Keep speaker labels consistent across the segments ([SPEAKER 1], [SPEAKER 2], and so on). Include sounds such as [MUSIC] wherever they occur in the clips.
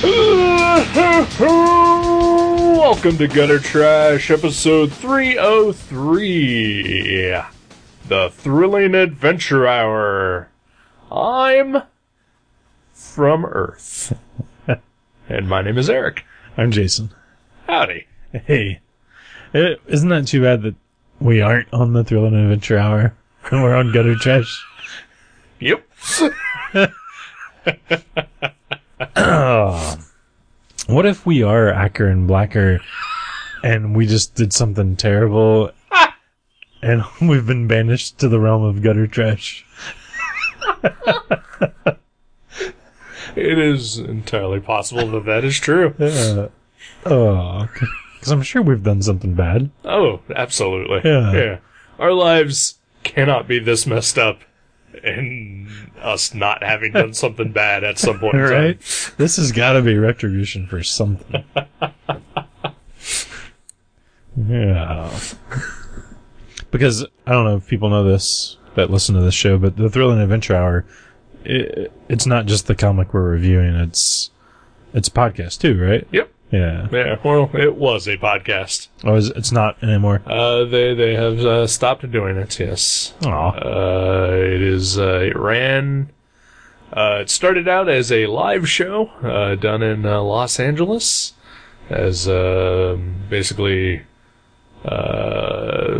[SPEAKER 1] Woohoo! [LAUGHS] Welcome to Gutter Trash, episode 303, the Thrilling Adventure Hour. I'm from Earth, [LAUGHS] and my name is Eric.
[SPEAKER 2] I'm Jason.
[SPEAKER 1] Howdy.
[SPEAKER 2] Hey, is isn't that too bad that we aren't on the Thrill and Adventure Hour? We're on Gutter Trash.
[SPEAKER 1] Yep. [LAUGHS]
[SPEAKER 2] What if we are Acker and Blacker, and we just did something terrible, and we've been banished to the realm of Gutter Trash?
[SPEAKER 1] It is entirely possible that that is true.
[SPEAKER 2] Uh, oh, because I'm sure we've done something bad.
[SPEAKER 1] Oh, absolutely.
[SPEAKER 2] Yeah.
[SPEAKER 1] Our lives cannot be this messed up and us not having done something bad at some [LAUGHS] point in time.
[SPEAKER 2] [LAUGHS] Right? This has got to be retribution for something. [LAUGHS] yeah. because I don't know if people know this that listen to this show, but the Thrill and Adventure Hour, it, it's not just the comic we're reviewing; it's it's a podcast too, right?
[SPEAKER 1] Yep.
[SPEAKER 2] Yeah.
[SPEAKER 1] Yeah, well, it was a podcast.
[SPEAKER 2] Oh, is, it's not anymore.
[SPEAKER 1] Uh, they they have uh, stopped doing it. Yes,
[SPEAKER 2] Aw.
[SPEAKER 1] uh, it is. Uh, it ran. Uh, it started out as a live show uh, done in uh, Los Angeles, as uh, basically uh,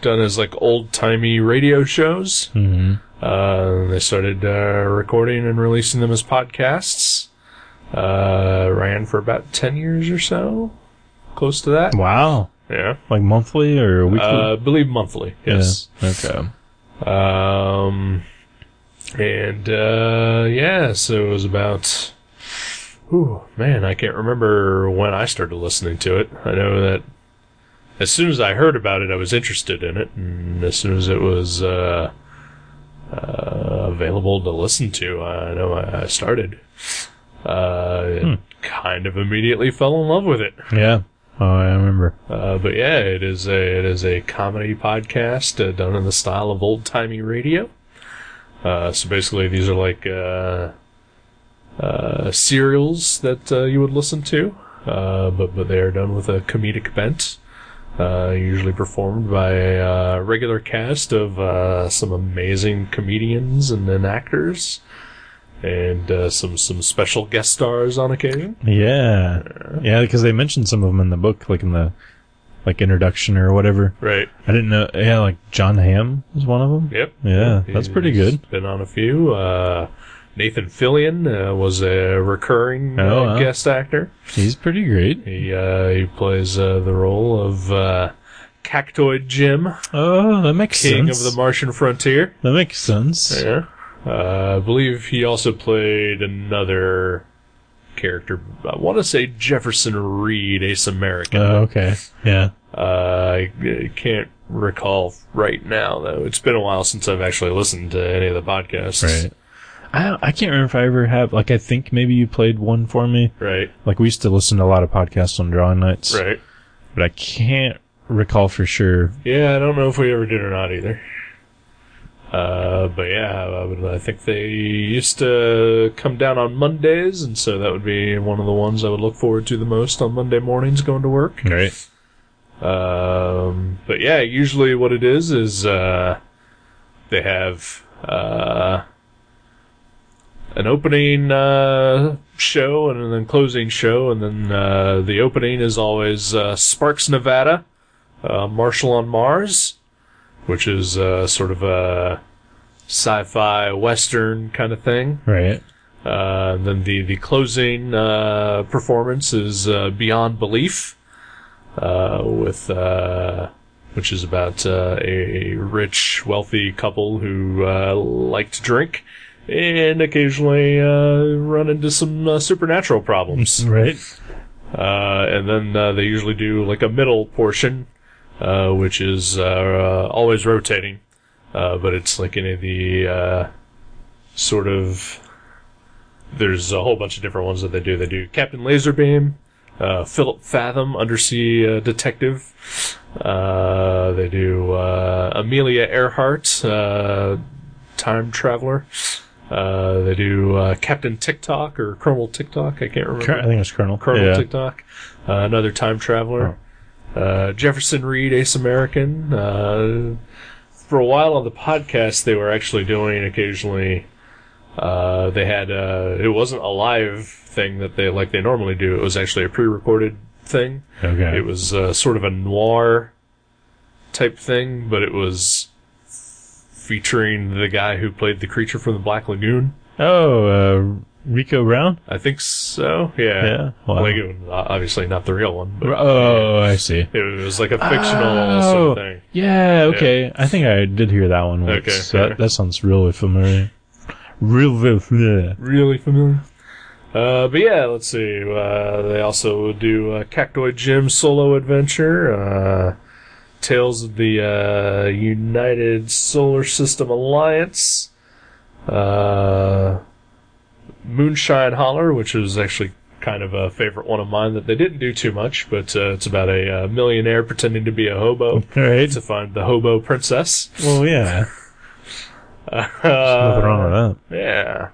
[SPEAKER 1] done as like old timey radio shows.
[SPEAKER 2] hmm
[SPEAKER 1] Uh, they started uh, recording and releasing them as podcasts. Uh, ran for about ten years or so, close to that.
[SPEAKER 2] Wow.
[SPEAKER 1] Yeah.
[SPEAKER 2] Like monthly or weekly?
[SPEAKER 1] Uh, I believe monthly.
[SPEAKER 2] Yeah.
[SPEAKER 1] Yes.
[SPEAKER 2] Okay.
[SPEAKER 1] Um, and uh, yeah, so it was about. Whew, man, I can't remember when I started listening to it. I know that as soon as I heard about it, I was interested in it, and as soon as it was uh, uh, available to listen to, I know I I started. Uh, and Kind of immediately fell in love with it.
[SPEAKER 2] Yeah. Oh, I remember.
[SPEAKER 1] Uh, but yeah, it is a it is a comedy podcast uh, done in the style of old timey radio. Uh, so basically, these are like uh, uh, serials that uh, you would listen to, uh, but but they are done with a comedic bent. Uh, usually performed by a uh, regular cast of uh, some amazing comedians and, and actors, and uh, some some special guest stars on occasion.
[SPEAKER 2] Yeah, yeah, because they mentioned some of them in the book, like in the like introduction or whatever.
[SPEAKER 1] Right.
[SPEAKER 2] I didn't know. Yeah, like John Hamm was one of them.
[SPEAKER 1] Yep.
[SPEAKER 2] Yeah, that's pretty
[SPEAKER 1] He's
[SPEAKER 2] good.
[SPEAKER 1] Been on a few. Uh, Nathan Fillion uh, was a recurring
[SPEAKER 2] Oh,
[SPEAKER 1] uh,
[SPEAKER 2] wow.
[SPEAKER 1] guest actor.
[SPEAKER 2] He's pretty great.
[SPEAKER 1] He uh, he plays uh, the role of uh, Cactoid Jim,
[SPEAKER 2] Oh, that makes
[SPEAKER 1] king
[SPEAKER 2] sense.
[SPEAKER 1] of the Martian frontier.
[SPEAKER 2] that makes sense.
[SPEAKER 1] Yeah. Uh, I believe he also played another character. I want to say Jefferson Reed, Ace American.
[SPEAKER 2] Oh, okay. Yeah.
[SPEAKER 1] Uh, I I can't recall right now though. It's been a while since I've actually listened to any of the podcasts.
[SPEAKER 2] Right. I I can't remember if I ever have. Like, I think maybe you played one for me.
[SPEAKER 1] Right.
[SPEAKER 2] Like, we used to listen to a lot of podcasts on drawing nights,
[SPEAKER 1] Right.
[SPEAKER 2] but I can't recall for sure.
[SPEAKER 1] Yeah, I don't know if we ever did or not either. Uh, but yeah, I, would, I think they used to come down on Mondays, and so that would be one of the ones I would look forward to the most on Monday mornings going to work.
[SPEAKER 2] Right.
[SPEAKER 1] Um, but yeah, usually what it is is uh, they have uh, an opening uh, show and then closing show, and then uh, the opening is always uh, Sparks Nevada, uh, Marshall on Mars, which is uh, sort of a sci-fi western kind of thing.
[SPEAKER 2] Right.
[SPEAKER 1] Uh, and then the the closing uh, performance is uh, Beyond Belief, uh, with uh, which is about uh, a rich, wealthy couple who uh, like to drink and occasionally uh, run into some uh, supernatural problems.
[SPEAKER 2] Right.
[SPEAKER 1] Uh, and then uh, they usually do like a middle portion, uh, which is uh, uh, always rotating, uh, but it's like any of the uh, sort of. There's a whole bunch of different ones that they do. They do Captain Laserbeam, uh, Philip Fathom, undersea uh, detective. Uh, they do uh, Amelia Earhart, uh, time traveler. Uh, they do uh, Captain TikTok or Colonel TikTok. I can't remember.
[SPEAKER 2] Cur- I think it was Colonel.
[SPEAKER 1] Colonel
[SPEAKER 2] yeah. Oh.
[SPEAKER 1] TikTok, uh, another time traveler. Uh, Jefferson Reed, Ace American. Uh, for a while on the podcast, they were actually doing occasionally. Uh, they had uh, it wasn't a live thing that they like they normally do. It was actually a pre-recorded thing.
[SPEAKER 2] Okay.
[SPEAKER 1] It was uh, sort of a noir type thing, but it was featuring the guy who played the creature from the Black Lagoon.
[SPEAKER 2] oh, uh, Rico Brown.
[SPEAKER 1] I think so. Yeah.
[SPEAKER 2] Yeah, wow.
[SPEAKER 1] Like it was obviously not the real one, but
[SPEAKER 2] Oh, I see.
[SPEAKER 1] it was like a fictional
[SPEAKER 2] Oh,
[SPEAKER 1] sort of thing.
[SPEAKER 2] Yeah, okay. I think I did hear that one once.
[SPEAKER 1] Okay,
[SPEAKER 2] that,
[SPEAKER 1] okay.
[SPEAKER 2] that sounds really familiar. Real familiar.
[SPEAKER 1] Really familiar. Uh, but yeah, let's see. Uh, they also do uh, Cactoid Jim solo adventure, uh, Tales of the uh, United Solar System Alliance, uh, Moonshine Holler, which is actually kind of a favorite one of mine that they didn't do too much, but uh, it's about a uh, millionaire pretending to be a hobo
[SPEAKER 2] Right?
[SPEAKER 1] to find the hobo princess.
[SPEAKER 2] Well, yeah.
[SPEAKER 1] Uh,
[SPEAKER 2] Nothing wrong with
[SPEAKER 1] [LAUGHS] Yeah.
[SPEAKER 2] that.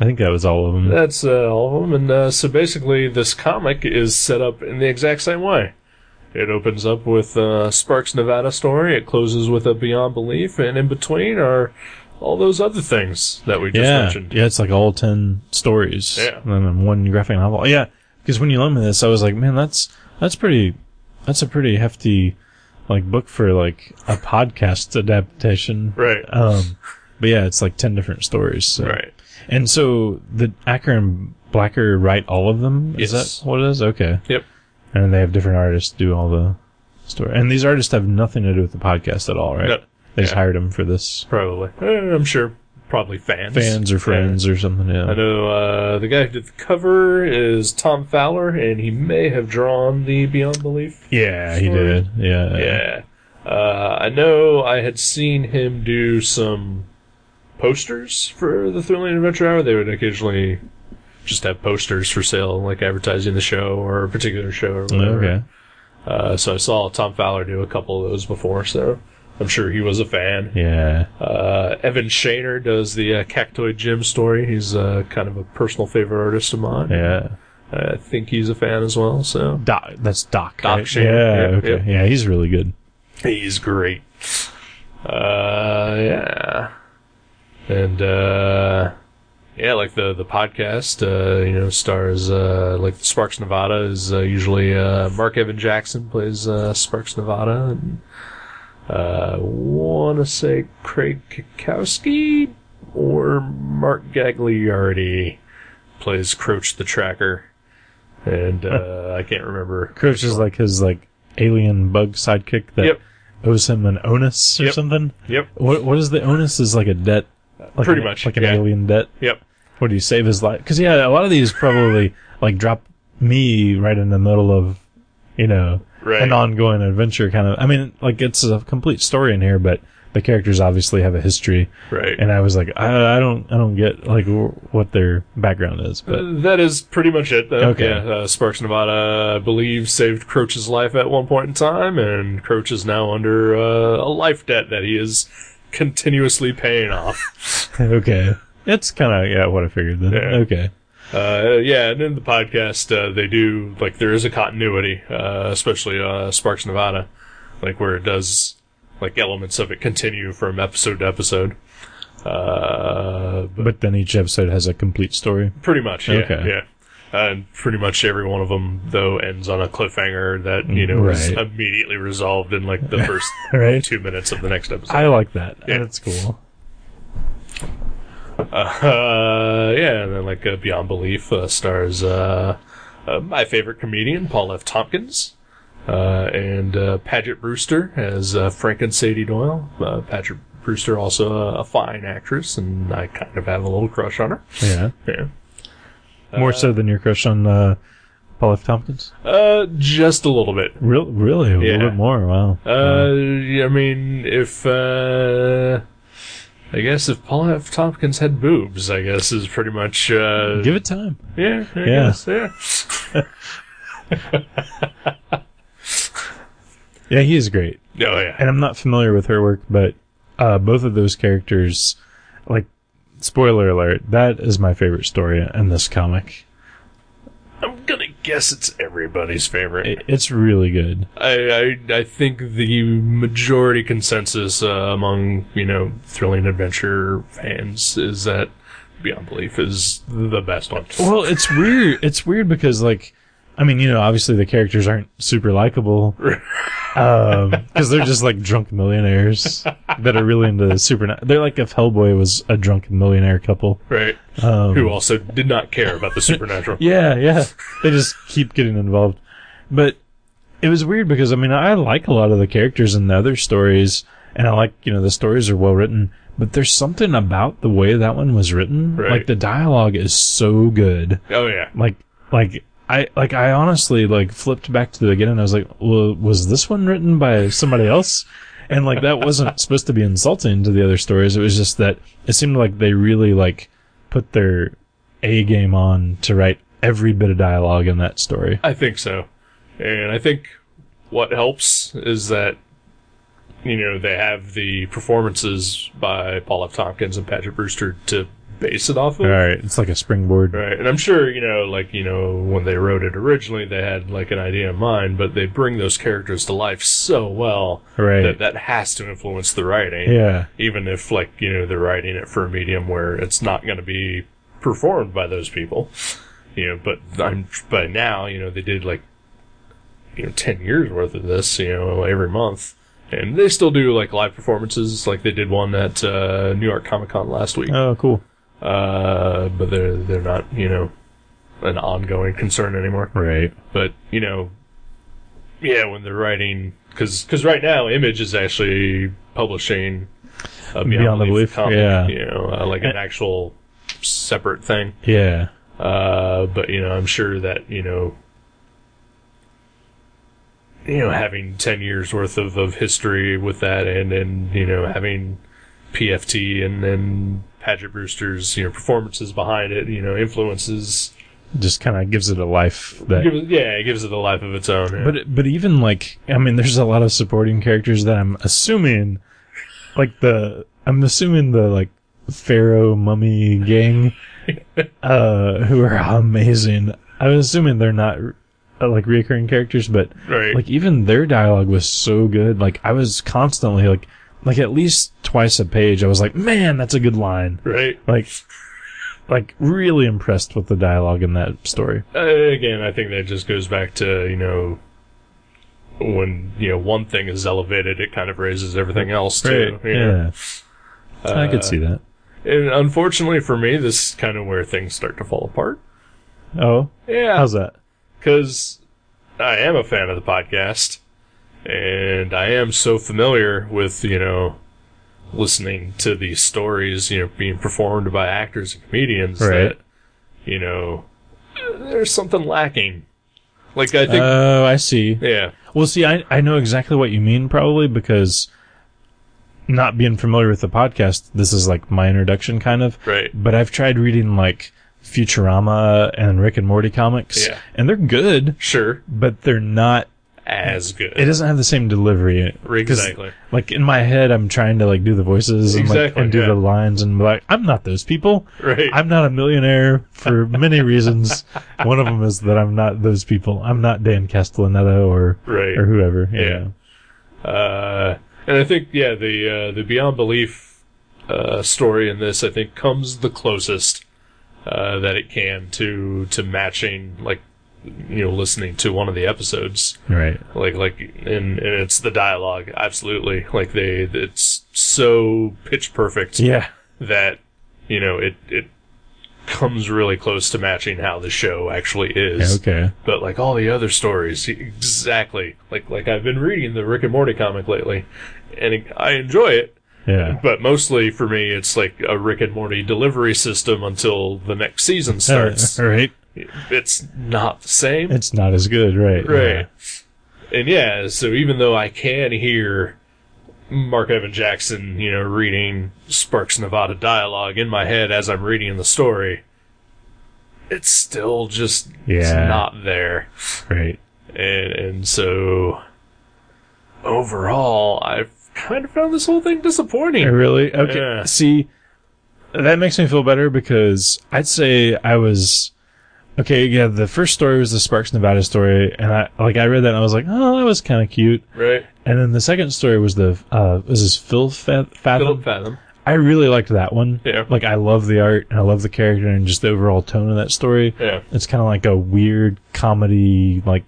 [SPEAKER 2] I think that was all of them.
[SPEAKER 1] That's uh, all of them. And uh, so basically, this comic is set up in the exact same way. It opens up with uh, Sparks Nevada story. It closes with a Beyond Belief, and in between are all those other things that we just
[SPEAKER 2] yeah.
[SPEAKER 1] mentioned.
[SPEAKER 2] Yeah, it's like all 10 stories.
[SPEAKER 1] Yeah.
[SPEAKER 2] And then one graphic novel. Yeah, because when you loaned me this, I was like, man, that's, that's pretty, that's a pretty hefty, like, book for, like, a podcast adaptation.
[SPEAKER 1] Right.
[SPEAKER 2] Um, but yeah, it's like 10 different stories. So.
[SPEAKER 1] right.
[SPEAKER 2] And so the Acker and Blacker write all of them? Is
[SPEAKER 1] Yes.
[SPEAKER 2] that what it is? Okay.
[SPEAKER 1] Yep.
[SPEAKER 2] And they have different artists do all the story. And these artists have nothing to do with the podcast at all, right?
[SPEAKER 1] No.
[SPEAKER 2] They just
[SPEAKER 1] Yeah.
[SPEAKER 2] hired them for this.
[SPEAKER 1] Probably. Eh, I'm sure. Probably fans.
[SPEAKER 2] Fans or friends or something, yeah.
[SPEAKER 1] I know uh, the guy who did the cover is Tom Fowler, and he may have drawn the Beyond Belief
[SPEAKER 2] Yeah, he
[SPEAKER 1] Story.
[SPEAKER 2] did. Yeah.
[SPEAKER 1] Yeah. Uh, I know I had seen him do some posters for the Thrilling Adventure Hour. They would occasionally just have posters for sale, like advertising the show or a particular show or whatever.
[SPEAKER 2] Okay.
[SPEAKER 1] Uh, so I saw Tom Fowler do a couple of those before, so I'm sure he was a fan.
[SPEAKER 2] Yeah.
[SPEAKER 1] Uh, Evan Shaner does the uh, Cactoid Jim story. He's uh, kind of a personal favorite artist of mine.
[SPEAKER 2] Yeah.
[SPEAKER 1] I think he's a fan as well, so.
[SPEAKER 2] Doc, that's Doc.
[SPEAKER 1] Doc
[SPEAKER 2] right?
[SPEAKER 1] Shane.
[SPEAKER 2] Yeah,
[SPEAKER 1] Yep,
[SPEAKER 2] okay.
[SPEAKER 1] yep.
[SPEAKER 2] Yeah, he's really good.
[SPEAKER 1] He's great. Uh, yeah. And, uh, yeah, like the, the podcast, uh, you know, stars, uh, like Sparks Nevada is uh, usually, uh, Mark Evan Jackson plays, uh, Sparks Nevada. And, uh, wanna say Craig Kikowski or Mark Gagliardi plays Croach the Tracker. And, uh, I can't remember.
[SPEAKER 2] Crouch is like his, like, alien bug sidekick that
[SPEAKER 1] Yep.
[SPEAKER 2] owes him an onus or
[SPEAKER 1] Yep.
[SPEAKER 2] something.
[SPEAKER 1] Yep.
[SPEAKER 2] What what is the onus? Is like a debt, like
[SPEAKER 1] Pretty
[SPEAKER 2] an-
[SPEAKER 1] much,
[SPEAKER 2] like an
[SPEAKER 1] yeah.
[SPEAKER 2] alien debt.
[SPEAKER 1] Yep.
[SPEAKER 2] What do you save his life? Because yeah, a lot of these probably like drop me right in the middle of, you know,
[SPEAKER 1] Right.
[SPEAKER 2] an ongoing adventure kind of. I mean, like it's a complete story in here, but the characters obviously have a history,
[SPEAKER 1] Right.
[SPEAKER 2] and I was like, I, I don't, I don't get like w- what their background
[SPEAKER 1] [LAUGHS]
[SPEAKER 2] is, but
[SPEAKER 1] That is pretty much it. Though.
[SPEAKER 2] Okay.
[SPEAKER 1] Yeah, uh, Sparks Nevada, I believe, saved Croach's life at one point in time, and Croach is now under uh, a life debt that he is continuously paying off.
[SPEAKER 2] [LAUGHS] okay, it's kind of yeah what I figured then.
[SPEAKER 1] Yeah.
[SPEAKER 2] Okay,
[SPEAKER 1] uh, yeah, and in the podcast, uh, they do, like, there is a continuity, uh, especially uh, Sparks Nevada, like, where it does, like, elements of it continue from episode to episode. Uh, but
[SPEAKER 2] but then each episode has a
[SPEAKER 1] [LAUGHS]
[SPEAKER 2] complete story.
[SPEAKER 1] Pretty much, yeah,
[SPEAKER 2] Okay.
[SPEAKER 1] yeah. And pretty much every one of them, though, ends on a cliffhanger that you know is
[SPEAKER 2] Right.
[SPEAKER 1] immediately resolved in like
[SPEAKER 2] [LAUGHS]
[SPEAKER 1] the first
[SPEAKER 2] Right.
[SPEAKER 1] two minutes of the next episode.
[SPEAKER 2] I like that.
[SPEAKER 1] Yeah.
[SPEAKER 2] That's cool.
[SPEAKER 1] uh, yeah, and then like uh, Beyond Belief uh, stars uh, uh, my favorite comedian Paul F. Tompkins. Uh, and uh, Paget Brewster as uh, Frank and Sadie Doyle. Uh, Paget Brewster also a, a fine actress, and I kind of have a little crush on her.
[SPEAKER 2] Yeah.
[SPEAKER 1] Yeah.
[SPEAKER 2] More so than your crush on uh, Paul F. Tompkins?
[SPEAKER 1] Uh, just a little bit.
[SPEAKER 2] Real, really? A
[SPEAKER 1] Yeah.
[SPEAKER 2] little bit more, wow.
[SPEAKER 1] Uh, I mean, if uh, I guess if Paul F. Tompkins had boobs, I guess is pretty much uh,
[SPEAKER 2] Give it time.
[SPEAKER 1] yeah, I
[SPEAKER 2] Yeah.
[SPEAKER 1] guess, yeah.
[SPEAKER 2] Yeah, he is great.
[SPEAKER 1] Oh yeah,
[SPEAKER 2] And I'm not familiar with her work, but uh, both of those characters, like, spoiler alert, that is my favorite story in this comic.
[SPEAKER 1] I'm gonna guess it's everybody's favorite.
[SPEAKER 2] It, it's really good.
[SPEAKER 1] I, I I think the majority consensus uh, among you know thrilling adventure fans is that Beyond Belief is the best one.
[SPEAKER 2] Well, it's [LAUGHS] weird. It's weird because like, I mean, you know, obviously the characters aren't super [LAUGHS] likable because they're just like drunk millionaires that are really into super. They're like if Hellboy was a drunk millionaire couple.
[SPEAKER 1] right?
[SPEAKER 2] Um,
[SPEAKER 1] Who also did not care
[SPEAKER 2] [LAUGHS]
[SPEAKER 1] about the supernatural.
[SPEAKER 2] Yeah, yeah. They just keep getting involved. But it was weird because I mean I like a lot of the characters in the other stories and I like, you know, the stories are well written, but there's something about the way that one was written.
[SPEAKER 1] Right.
[SPEAKER 2] Like the dialogue is so good.
[SPEAKER 1] Oh yeah,
[SPEAKER 2] Like like I like I honestly like flipped back to the beginning and I was like, well, was this one written by somebody else? And like that [LAUGHS] wasn't supposed to be insulting to the other stories. It was just that it seemed like they really like put their A game on to write every bit of dialogue in that story.
[SPEAKER 1] I think so. And I think what helps is that you know they have the performances by Paul F. Tompkins and Patrick Brewster to base it off of.
[SPEAKER 2] All right, it's like a springboard.
[SPEAKER 1] Right, and I'm sure you know, like you know, when they wrote it originally, they had like an idea in mind, but they bring those characters to life so well
[SPEAKER 2] Right.
[SPEAKER 1] that that has to influence the writing.
[SPEAKER 2] Yeah.
[SPEAKER 1] Even if like you know they're writing it for a medium where it's not going to be performed by those people, you know. But I'm by now, you know, they did like you know ten years worth of this, you know, every month. And they still do like live performances, like they did one at uh, New York Comic Con last week.
[SPEAKER 2] Oh, cool.
[SPEAKER 1] Uh, but they're they're not you know an ongoing concern anymore.
[SPEAKER 2] Right.
[SPEAKER 1] But you know, yeah, when they're writing because right now Image is actually publishing a Beyond,
[SPEAKER 2] Beyond the
[SPEAKER 1] Belief,
[SPEAKER 2] Belief,
[SPEAKER 1] comic,
[SPEAKER 2] yeah.
[SPEAKER 1] you know, uh, like an actual separate thing.
[SPEAKER 2] Yeah.
[SPEAKER 1] Uh, but you know, I'm sure that you know. You know, having ten years worth of, of history with that, and and you know, having PFT and and Patrick Brewster's you know performances behind it, you know, influences.
[SPEAKER 2] Just kind of gives it a life that
[SPEAKER 1] Gives, yeah, it gives it a life of its own. yeah.
[SPEAKER 2] But but even like I mean, there's a lot of supporting characters that I'm assuming, like the I'm assuming the like pharaoh mummy gang, uh, who are amazing. I'm assuming they're not uh, like reoccurring characters, but
[SPEAKER 1] Right.
[SPEAKER 2] like even their dialogue was so good. Like I was constantly like like at least twice a page. I was like, man, that's a good line.
[SPEAKER 1] right.
[SPEAKER 2] Like like really impressed with the dialogue in that story.
[SPEAKER 1] Uh, again, I think that just goes back to you know when you know one thing is elevated, it kind of raises everything else too. you know?
[SPEAKER 2] Yeah. I could see that.
[SPEAKER 1] And unfortunately for me, this is kind of where things start to fall apart.
[SPEAKER 2] Oh,
[SPEAKER 1] Yeah,
[SPEAKER 2] how's that?
[SPEAKER 1] because I am a fan of the podcast, and I am so familiar with you know listening to these stories, you know, being performed by actors and comedians
[SPEAKER 2] Right.
[SPEAKER 1] that you know there's something lacking. Like I think,
[SPEAKER 2] Oh, I see.
[SPEAKER 1] yeah,
[SPEAKER 2] Well, see, I, I know exactly what you mean, probably because not being familiar with the podcast, this is like my introduction, kind of.
[SPEAKER 1] right,
[SPEAKER 2] But I've tried reading like Futurama and Rick and Morty comics,
[SPEAKER 1] Yeah.
[SPEAKER 2] and they're good,
[SPEAKER 1] sure,
[SPEAKER 2] but they're not.
[SPEAKER 1] as good.
[SPEAKER 2] It doesn't have the same delivery. 'Cause,
[SPEAKER 1] exactly.
[SPEAKER 2] Like in my head, I'm trying to like do the voices and like
[SPEAKER 1] Exactly,
[SPEAKER 2] and do
[SPEAKER 1] yeah.
[SPEAKER 2] the lines and be like, I'm not those people.
[SPEAKER 1] Right.
[SPEAKER 2] I'm not a millionaire
[SPEAKER 1] [LAUGHS]
[SPEAKER 2] for many reasons. One of them is that I'm not those people. I'm not Dan Castellaneta or
[SPEAKER 1] Right.
[SPEAKER 2] or whoever.
[SPEAKER 1] Yeah.
[SPEAKER 2] Yeah.
[SPEAKER 1] Uh, and I think, yeah, the uh, the Beyond Belief uh, story in this, I think, comes the closest uh, that it can to to matching, like, you know, listening to one of the episodes,
[SPEAKER 2] Right.
[SPEAKER 1] like, like, and, and it's the dialogue, absolutely, like they, it's so pitch perfect
[SPEAKER 2] Yeah.
[SPEAKER 1] that you know it it comes really close to matching how the show actually is.
[SPEAKER 2] Okay.
[SPEAKER 1] but like all the other stories e, exactly like like i've been reading the rick and morty comic lately and it, i enjoy it
[SPEAKER 2] Yeah.
[SPEAKER 1] but mostly for me it's like a rick and morty delivery system until the next
[SPEAKER 2] [LAUGHS]
[SPEAKER 1] season starts
[SPEAKER 2] Uh, right.
[SPEAKER 1] it's not the same
[SPEAKER 2] It's not as good. Right.
[SPEAKER 1] right and yeah so even though i can hear mark evan jackson you know reading sparks nevada dialogue in my head as i'm reading the story it's still just it's
[SPEAKER 2] Yeah.
[SPEAKER 1] not there
[SPEAKER 2] Yeah. Right.
[SPEAKER 1] and and so overall, I've kind of found this whole thing
[SPEAKER 2] Uh,
[SPEAKER 1] disappointing.
[SPEAKER 2] Really? Okay.
[SPEAKER 1] Yeah.
[SPEAKER 2] See, that makes me feel better because I'd say I was okay. Yeah, the first story was the Sparks Nevada story, and I like I read that and I was like, oh, that was kind of cute.
[SPEAKER 1] Right.
[SPEAKER 2] And then the second story was the uh, was this Phil Fa- Fathom?
[SPEAKER 1] Philip Fathom.
[SPEAKER 2] I really liked that one.
[SPEAKER 1] Yeah.
[SPEAKER 2] Like I love the art and I love the character and just the overall tone of that story.
[SPEAKER 1] Yeah.
[SPEAKER 2] It's kind of like a weird comedy, like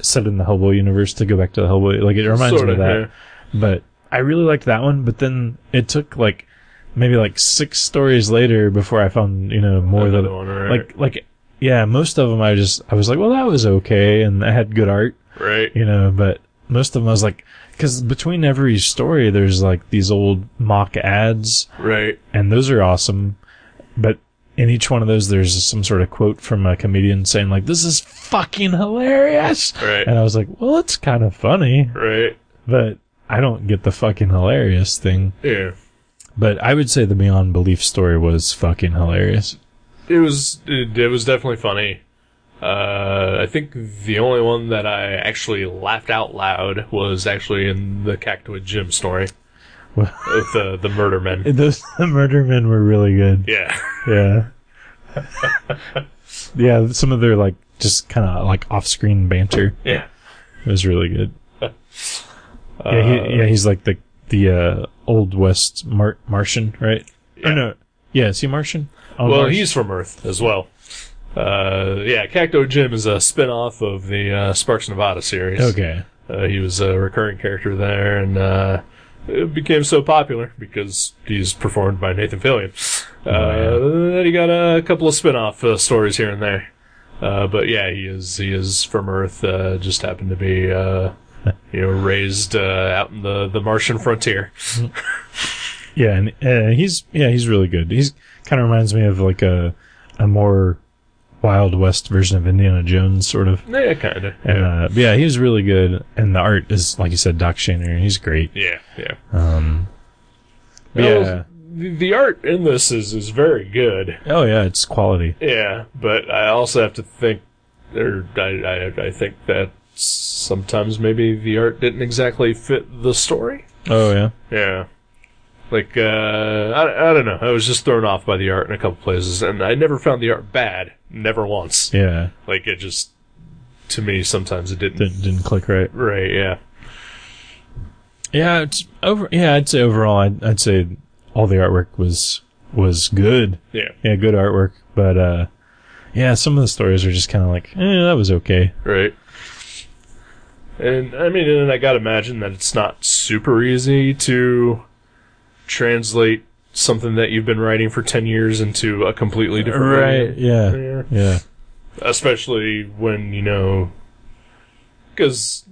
[SPEAKER 2] set in the Hellboy universe. To go back to the Hellboy, like it reminds
[SPEAKER 1] Sorta,
[SPEAKER 2] me of that but I really liked that one. But then it took like maybe like six stories later before I found you know more
[SPEAKER 1] Another
[SPEAKER 2] that
[SPEAKER 1] one, right.
[SPEAKER 2] like like yeah, most of them I just I was like, well, that was okay, and I had good art,
[SPEAKER 1] Right.
[SPEAKER 2] you know. But most of them I was like, because between every story there's like these old mock ads,
[SPEAKER 1] Right.
[SPEAKER 2] and those are awesome, but. In each one of those, there's some sort of quote from a comedian saying like, "This is fucking hilarious,"
[SPEAKER 1] Right.
[SPEAKER 2] and I was like, "Well, it's kind of funny."
[SPEAKER 1] Right.
[SPEAKER 2] but I don't get the fucking hilarious thing.
[SPEAKER 1] Yeah.
[SPEAKER 2] But I would say the Beyond Belief story was fucking hilarious. [LAUGHS]
[SPEAKER 1] It was it, it was definitely funny. Uh, I think the only one that I actually laughed out loud was actually in the Cactoid Jim story
[SPEAKER 2] Well-
[SPEAKER 1] with uh, the the murder men.
[SPEAKER 2] Those the murder men were really good.
[SPEAKER 1] Yeah, [LAUGHS]
[SPEAKER 2] Yeah. [LAUGHS] yeah, some of their like just kind of like off-screen banter
[SPEAKER 1] yeah,
[SPEAKER 2] was really [LAUGHS] good. yeah, he, yeah, he's like the the uh, old west Mar- Martian, right? Or
[SPEAKER 1] Yeah.
[SPEAKER 2] Oh, no, yeah, is he Martian? Oh,
[SPEAKER 1] Well,
[SPEAKER 2] Mars-
[SPEAKER 1] he's from Earth as well. Uh, yeah, Cacto Jim is a spin-off of the uh, Sparks Nevada series.
[SPEAKER 2] okay.
[SPEAKER 1] Uh, he was a recurring character there, and uh, it became so popular because he's performed by Nathan Fillion. Uh,
[SPEAKER 2] Oh,
[SPEAKER 1] Then he got a couple of spin-off uh, stories here and there. Uh, but yeah, he is he is from Earth. Uh, just happened to be uh, you know raised uh, out in the, the Martian frontier.
[SPEAKER 2] Yeah, and uh, he's yeah he's really good. He's kind of reminds me of like a a more Wild West version of Indiana Jones, sort of.
[SPEAKER 1] Yeah, kind of.
[SPEAKER 2] And uh, but yeah, he's really good, and the art is like you said, Doc Shaner. He's great.
[SPEAKER 1] Yeah, yeah.
[SPEAKER 2] Um, but
[SPEAKER 1] Well,
[SPEAKER 2] yeah,
[SPEAKER 1] The, the art in this is is very good.
[SPEAKER 2] oh yeah, it's quality.
[SPEAKER 1] Yeah, but I also have to think, or I, I, I think that sometimes maybe the art didn't exactly fit the story.
[SPEAKER 2] Oh yeah,
[SPEAKER 1] Yeah. Like, uh, I, I don't know. I was just thrown off by the art in a couple places, and I never found the art bad. Never once.
[SPEAKER 2] yeah.
[SPEAKER 1] Like, it just, to me, sometimes it didn't.
[SPEAKER 2] Didn't didn't click right.
[SPEAKER 1] right, yeah.
[SPEAKER 2] Yeah, it's over. Yeah, I'd say overall, I'd, I'd say all the artwork was was good.
[SPEAKER 1] Yeah.
[SPEAKER 2] Yeah, good artwork, but uh, yeah, some of the stories are just kind of like, eh, that was okay.
[SPEAKER 1] Right. And I mean, and I gotta imagine that it's not super easy to translate something that you've been writing for ten years into a completely different medium.
[SPEAKER 2] Yeah.
[SPEAKER 1] Yeah.
[SPEAKER 2] Yeah.
[SPEAKER 1] Especially when you know, because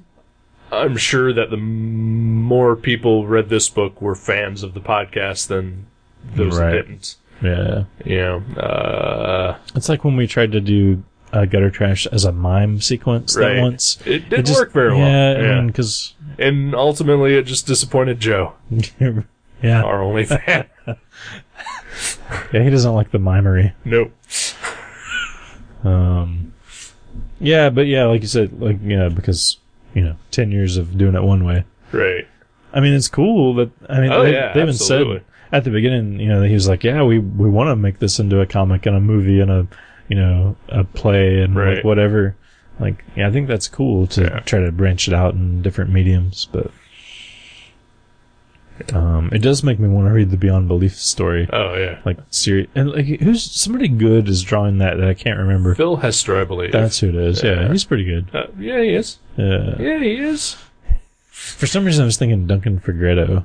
[SPEAKER 1] I'm sure that the m- more people read this book were fans of the podcast than those
[SPEAKER 2] Right.
[SPEAKER 1] that didn't.
[SPEAKER 2] Yeah.
[SPEAKER 1] You know, uh,
[SPEAKER 2] It's like when we tried to do uh, gutter trash as a mime sequence
[SPEAKER 1] Right.
[SPEAKER 2] that once.
[SPEAKER 1] it didn't
[SPEAKER 2] just-
[SPEAKER 1] work very
[SPEAKER 2] Yeah,
[SPEAKER 1] well. Yeah.
[SPEAKER 2] because
[SPEAKER 1] and ultimately, it just disappointed Joe,
[SPEAKER 2] [LAUGHS] yeah, yeah,
[SPEAKER 1] our only fan. [LAUGHS]
[SPEAKER 2] he doesn't like the mimery.
[SPEAKER 1] Nope.
[SPEAKER 2] Um, yeah, but yeah, like you said, like yeah, because you know, ten years of doing it one way.
[SPEAKER 1] Right.
[SPEAKER 2] I mean, it's cool that I mean,
[SPEAKER 1] Oh,
[SPEAKER 2] they,
[SPEAKER 1] yeah,
[SPEAKER 2] they even
[SPEAKER 1] absolutely.
[SPEAKER 2] said at the beginning, you know, that he was like, yeah, we we want to make this into a comic and a movie and a you know a play and
[SPEAKER 1] Right.
[SPEAKER 2] like whatever. Like, yeah, I think that's cool to
[SPEAKER 1] Yeah.
[SPEAKER 2] try to branch it out in different mediums, but. Um, it does make me want to read the Beyond Belief story,
[SPEAKER 1] Oh yeah.
[SPEAKER 2] like series, and like who's somebody good is drawing that that I can't remember.
[SPEAKER 1] Phil Hester, I believe.
[SPEAKER 2] That's who it is. Yeah,
[SPEAKER 1] Yeah.
[SPEAKER 2] he's pretty good.
[SPEAKER 1] uh, yeah, he is.
[SPEAKER 2] Yeah.
[SPEAKER 1] Yeah, he is.
[SPEAKER 2] For some reason, I was thinking Duncan Fegretto,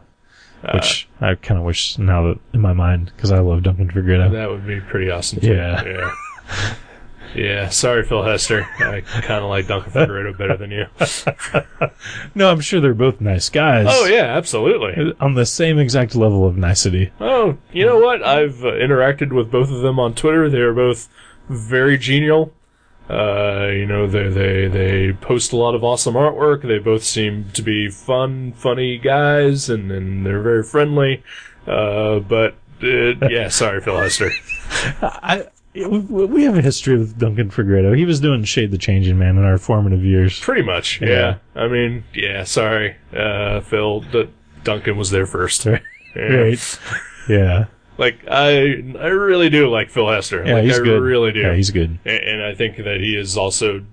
[SPEAKER 1] Uh,
[SPEAKER 2] which I kind of wish now that in my mind because I love Duncan Fegretto.
[SPEAKER 1] That would be pretty awesome. Too.
[SPEAKER 2] Yeah.
[SPEAKER 1] Yeah.
[SPEAKER 2] [LAUGHS]
[SPEAKER 1] Yeah, sorry, Phil Hester. I kind of like
[SPEAKER 2] [LAUGHS]
[SPEAKER 1] Duncan Figueredo better than you.
[SPEAKER 2] no, I'm sure they're both nice guys. Uh,
[SPEAKER 1] Oh yeah, absolutely.
[SPEAKER 2] On the same exact level of nicety.
[SPEAKER 1] Oh, you know what? I've uh, interacted with both of them on Twitter. They are both very genial. Uh, you know, they they they post a lot of awesome artwork. They both seem to be fun, funny guys, and and they're very friendly. Uh, but uh,
[SPEAKER 2] [LAUGHS]
[SPEAKER 1] yeah, sorry, Phil Hester. Uh,
[SPEAKER 2] I we- we have a history with Duncan Fegretto. He was doing Shade the Changing Man in our formative years.
[SPEAKER 1] Pretty much, yeah. I mean, yeah, sorry, uh, Phil. D- Duncan was there first. [LAUGHS] Yeah.
[SPEAKER 2] Right. Yeah.
[SPEAKER 1] Like I, I really do like Phil Hester. [LAUGHS]
[SPEAKER 2] Yeah,
[SPEAKER 1] like,
[SPEAKER 2] he's
[SPEAKER 1] I
[SPEAKER 2] good.
[SPEAKER 1] really do.
[SPEAKER 2] Yeah, he's good.
[SPEAKER 1] A- and I think that he is also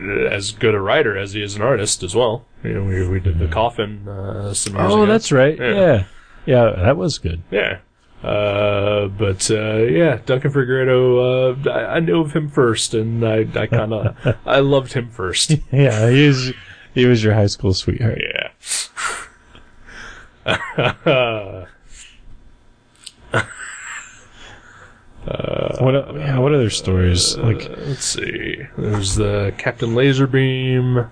[SPEAKER 1] uh, as good a writer as he is an artist as well. You know, we, we did the coffin uh, some years ago.
[SPEAKER 2] Oh, that's right.
[SPEAKER 1] Yeah.
[SPEAKER 2] Yeah. yeah. that was good.
[SPEAKER 1] yeah. Uh, but uh, yeah, Duncan Figueredo. Uh, I, I knew of him first, and I, I kind
[SPEAKER 2] [LAUGHS]
[SPEAKER 1] of I loved him first.
[SPEAKER 2] Yeah, he was, he was your high school sweetheart.
[SPEAKER 1] Yeah. [LAUGHS]
[SPEAKER 2] what, o- yeah, what other stories? like,
[SPEAKER 1] Let's see. There's the Captain Laserbeam.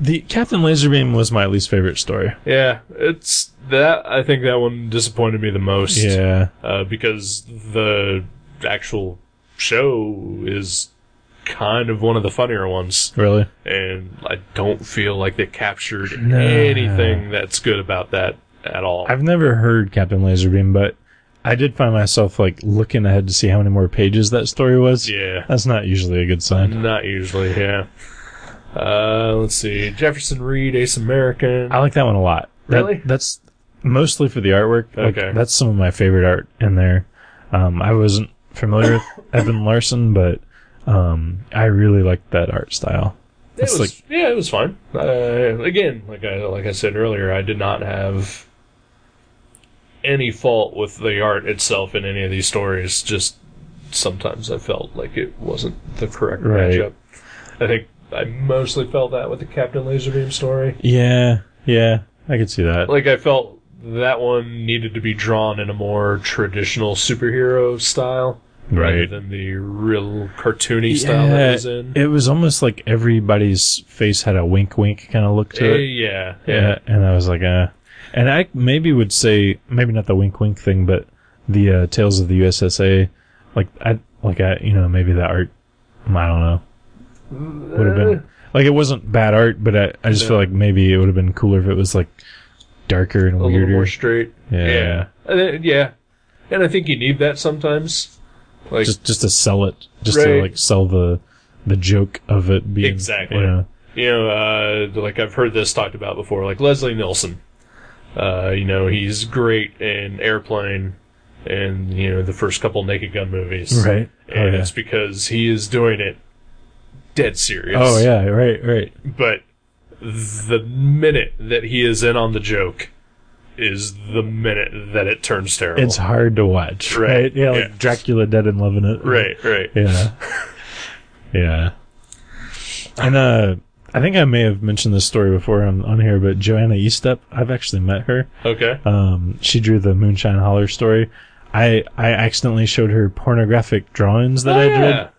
[SPEAKER 2] the Captain Laserbeam was my least favorite story.
[SPEAKER 1] Yeah, it's that. I think that one disappointed me the most.
[SPEAKER 2] Yeah.
[SPEAKER 1] uh, because the actual show is kind of one of the funnier ones,
[SPEAKER 2] Really?
[SPEAKER 1] and I don't feel like they captured
[SPEAKER 2] No.
[SPEAKER 1] anything that's good about that at all.
[SPEAKER 2] I've never heard Captain Laserbeam, but I did find myself like looking ahead to see how many more pages that story was.
[SPEAKER 1] yeah, Mm-hmm.
[SPEAKER 2] That's not usually a good sign.
[SPEAKER 1] not usually. Yeah. Uh, let's see. Jefferson Reed, Ace American.
[SPEAKER 2] I like that one a lot. That-
[SPEAKER 1] Really?
[SPEAKER 2] That's mostly for the artwork. Like,
[SPEAKER 1] Okay.
[SPEAKER 2] That's some of my favorite art in there. Um, I wasn't familiar with
[SPEAKER 1] [COUGHS]
[SPEAKER 2] Evan Larson, but um, I really liked that art style.
[SPEAKER 1] It
[SPEAKER 2] It's
[SPEAKER 1] was yeah, it was fine. Uh, again, like I like I said earlier, I did not have any fault with the art itself in any of these stories. Just sometimes I felt like it wasn't the correct
[SPEAKER 2] Right.
[SPEAKER 1] matchup. I think I mostly felt that with the Captain Laserbeam story.
[SPEAKER 2] Yeah, yeah, I could see that.
[SPEAKER 1] Like I felt that one needed to be drawn in a more traditional superhero style rather
[SPEAKER 2] Right.
[SPEAKER 1] than the real cartoony style that it was in.
[SPEAKER 2] it was almost like everybody's face had a wink wink kind of look to
[SPEAKER 1] Eh,
[SPEAKER 2] it.
[SPEAKER 1] yeah, yeah.
[SPEAKER 2] Yeah, and I was like, uh, and I maybe would say maybe not the wink wink thing, but the uh, Tales of the USSA, like I like I you know maybe the art, I don't know, would have
[SPEAKER 1] Uh.
[SPEAKER 2] been like it wasn't bad art, but I I just
[SPEAKER 1] No.
[SPEAKER 2] feel like maybe it would have been cooler if it was like darker and
[SPEAKER 1] a little
[SPEAKER 2] weirder.
[SPEAKER 1] more straight.
[SPEAKER 2] Yeah.
[SPEAKER 1] yeah, And then- yeah. And I think you need that sometimes. Like
[SPEAKER 2] Just just to sell it, just to
[SPEAKER 1] Right.
[SPEAKER 2] like sell the the joke of it being
[SPEAKER 1] Exactly.
[SPEAKER 2] You know,
[SPEAKER 1] you know, uh, like I've heard this talked about before. Like Leslie Nielsen, uh, you know, he's great in Airplane and you know the first couple Naked Gun movies,
[SPEAKER 2] right?
[SPEAKER 1] And
[SPEAKER 2] oh, yeah.
[SPEAKER 1] it's because he is doing it dead serious.
[SPEAKER 2] oh yeah, right, right.
[SPEAKER 1] But the minute that he is in on the joke is the minute that it turns terrible.
[SPEAKER 2] It's hard to watch,
[SPEAKER 1] Right,
[SPEAKER 2] right? Yeah, like
[SPEAKER 1] yeah.
[SPEAKER 2] Dracula Dead and Loving It.
[SPEAKER 1] right, right. [LAUGHS]
[SPEAKER 2] Yeah. yeah. And uh I think I may have mentioned this story before on, on here, but Joanna Eastep, I've actually met her.
[SPEAKER 1] Okay.
[SPEAKER 2] Um, she drew the Moonshine Holler story. I I accidentally showed her pornographic drawings that I
[SPEAKER 1] Oh, yeah.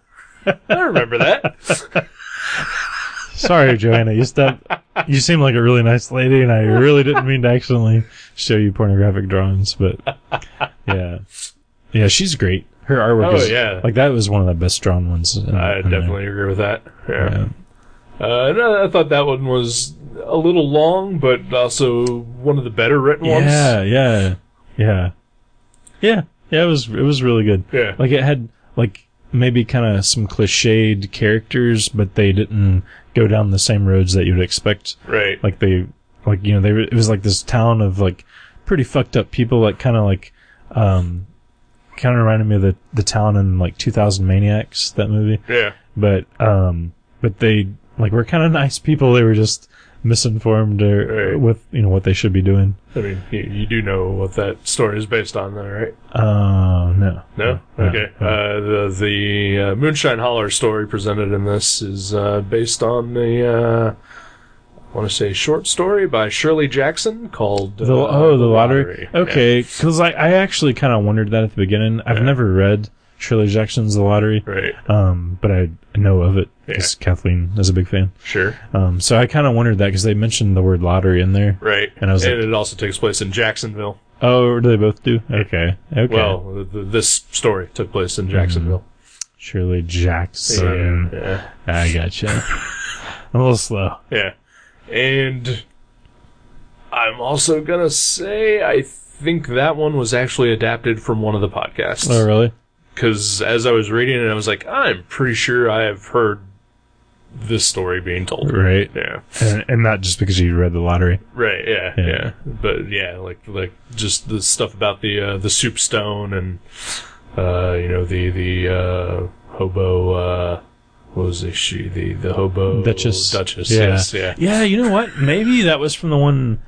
[SPEAKER 1] [LAUGHS] I remember that.
[SPEAKER 2] did. Sorry,
[SPEAKER 1] [LAUGHS]
[SPEAKER 2] Joanna Eastep. You seem like a really nice lady, and I really didn't mean to accidentally show you pornographic drawings,
[SPEAKER 1] [LAUGHS]
[SPEAKER 2] but yeah, yeah, she's great. Her artwork
[SPEAKER 1] Oh,
[SPEAKER 2] is
[SPEAKER 1] yeah.
[SPEAKER 2] like that was one of the best drawn ones. in-
[SPEAKER 1] I
[SPEAKER 2] in there.
[SPEAKER 1] definitely agree with that.
[SPEAKER 2] Yeah.
[SPEAKER 1] Yeah. Uh, no, I thought that one was a little long, but also one of the better written
[SPEAKER 2] Yeah,
[SPEAKER 1] ones.
[SPEAKER 2] yeah, yeah, yeah, yeah. It was it was really good.
[SPEAKER 1] Yeah.
[SPEAKER 2] Like it had like maybe kind of some cliched characters, but they didn't go down the same roads that you'd expect.
[SPEAKER 1] Right.
[SPEAKER 2] Like they like you know they were, it was like this town of like pretty fucked up people. Like kind of like um kind of reminded me of the the town in like 2000 Maniacs that movie.
[SPEAKER 1] yeah.
[SPEAKER 2] But um but they like were kind of [LAUGHS] nice people. They were just misinformed or,
[SPEAKER 1] Right.
[SPEAKER 2] with you know what they should be doing.
[SPEAKER 1] I mean, you, you do know what that story is based on, though, right?
[SPEAKER 2] Uh, no.
[SPEAKER 1] No. Okay. Uh, the the uh, Moonshine Holler story presented in this is uh, based on the. Uh, I want to say short story by Shirley Jackson called
[SPEAKER 2] the,
[SPEAKER 1] uh,
[SPEAKER 2] oh, the lottery.
[SPEAKER 1] Yeah.
[SPEAKER 2] Okay, because I, I actually kind of wondered that at the beginning. I've
[SPEAKER 1] Yeah.
[SPEAKER 2] never read Shirley Jackson's The Lottery,
[SPEAKER 1] Right.
[SPEAKER 2] um, but I know of it because Kathleen is a big fan.
[SPEAKER 1] Sure.
[SPEAKER 2] Um, so I kind of wondered that because they mentioned the word lottery in there.
[SPEAKER 1] Right.
[SPEAKER 2] And I was
[SPEAKER 1] and
[SPEAKER 2] like-
[SPEAKER 1] it also takes place in Jacksonville.
[SPEAKER 2] Oh, do they both do? Okay, okay.
[SPEAKER 1] Well, th- th- this story took place in Jacksonville.
[SPEAKER 2] Shirley Mm-hmm. Jackson.
[SPEAKER 1] Yeah.
[SPEAKER 2] I gotcha. [LAUGHS] I'm a little slow.
[SPEAKER 1] Yeah. And I'm also going to say I think that one was actually adapted from one of the
[SPEAKER 2] Oh,
[SPEAKER 1] podcasts.
[SPEAKER 2] really?
[SPEAKER 1] Because as I was reading it, I was like, I'm pretty sure I have heard this story being told.
[SPEAKER 2] Right.
[SPEAKER 1] Yeah.
[SPEAKER 2] and, and not just because you read the lottery.
[SPEAKER 1] Right. Yeah,
[SPEAKER 2] Yeah.
[SPEAKER 1] yeah. But yeah, like like just the stuff about the uh, the soup stone and uh, you know the the uh, hobo. Uh, what was the she the the hobo
[SPEAKER 2] Duchess.
[SPEAKER 1] Duchess.
[SPEAKER 2] Yeah.
[SPEAKER 1] Yes. Yeah.
[SPEAKER 2] Yeah, you know what? Maybe that was from the one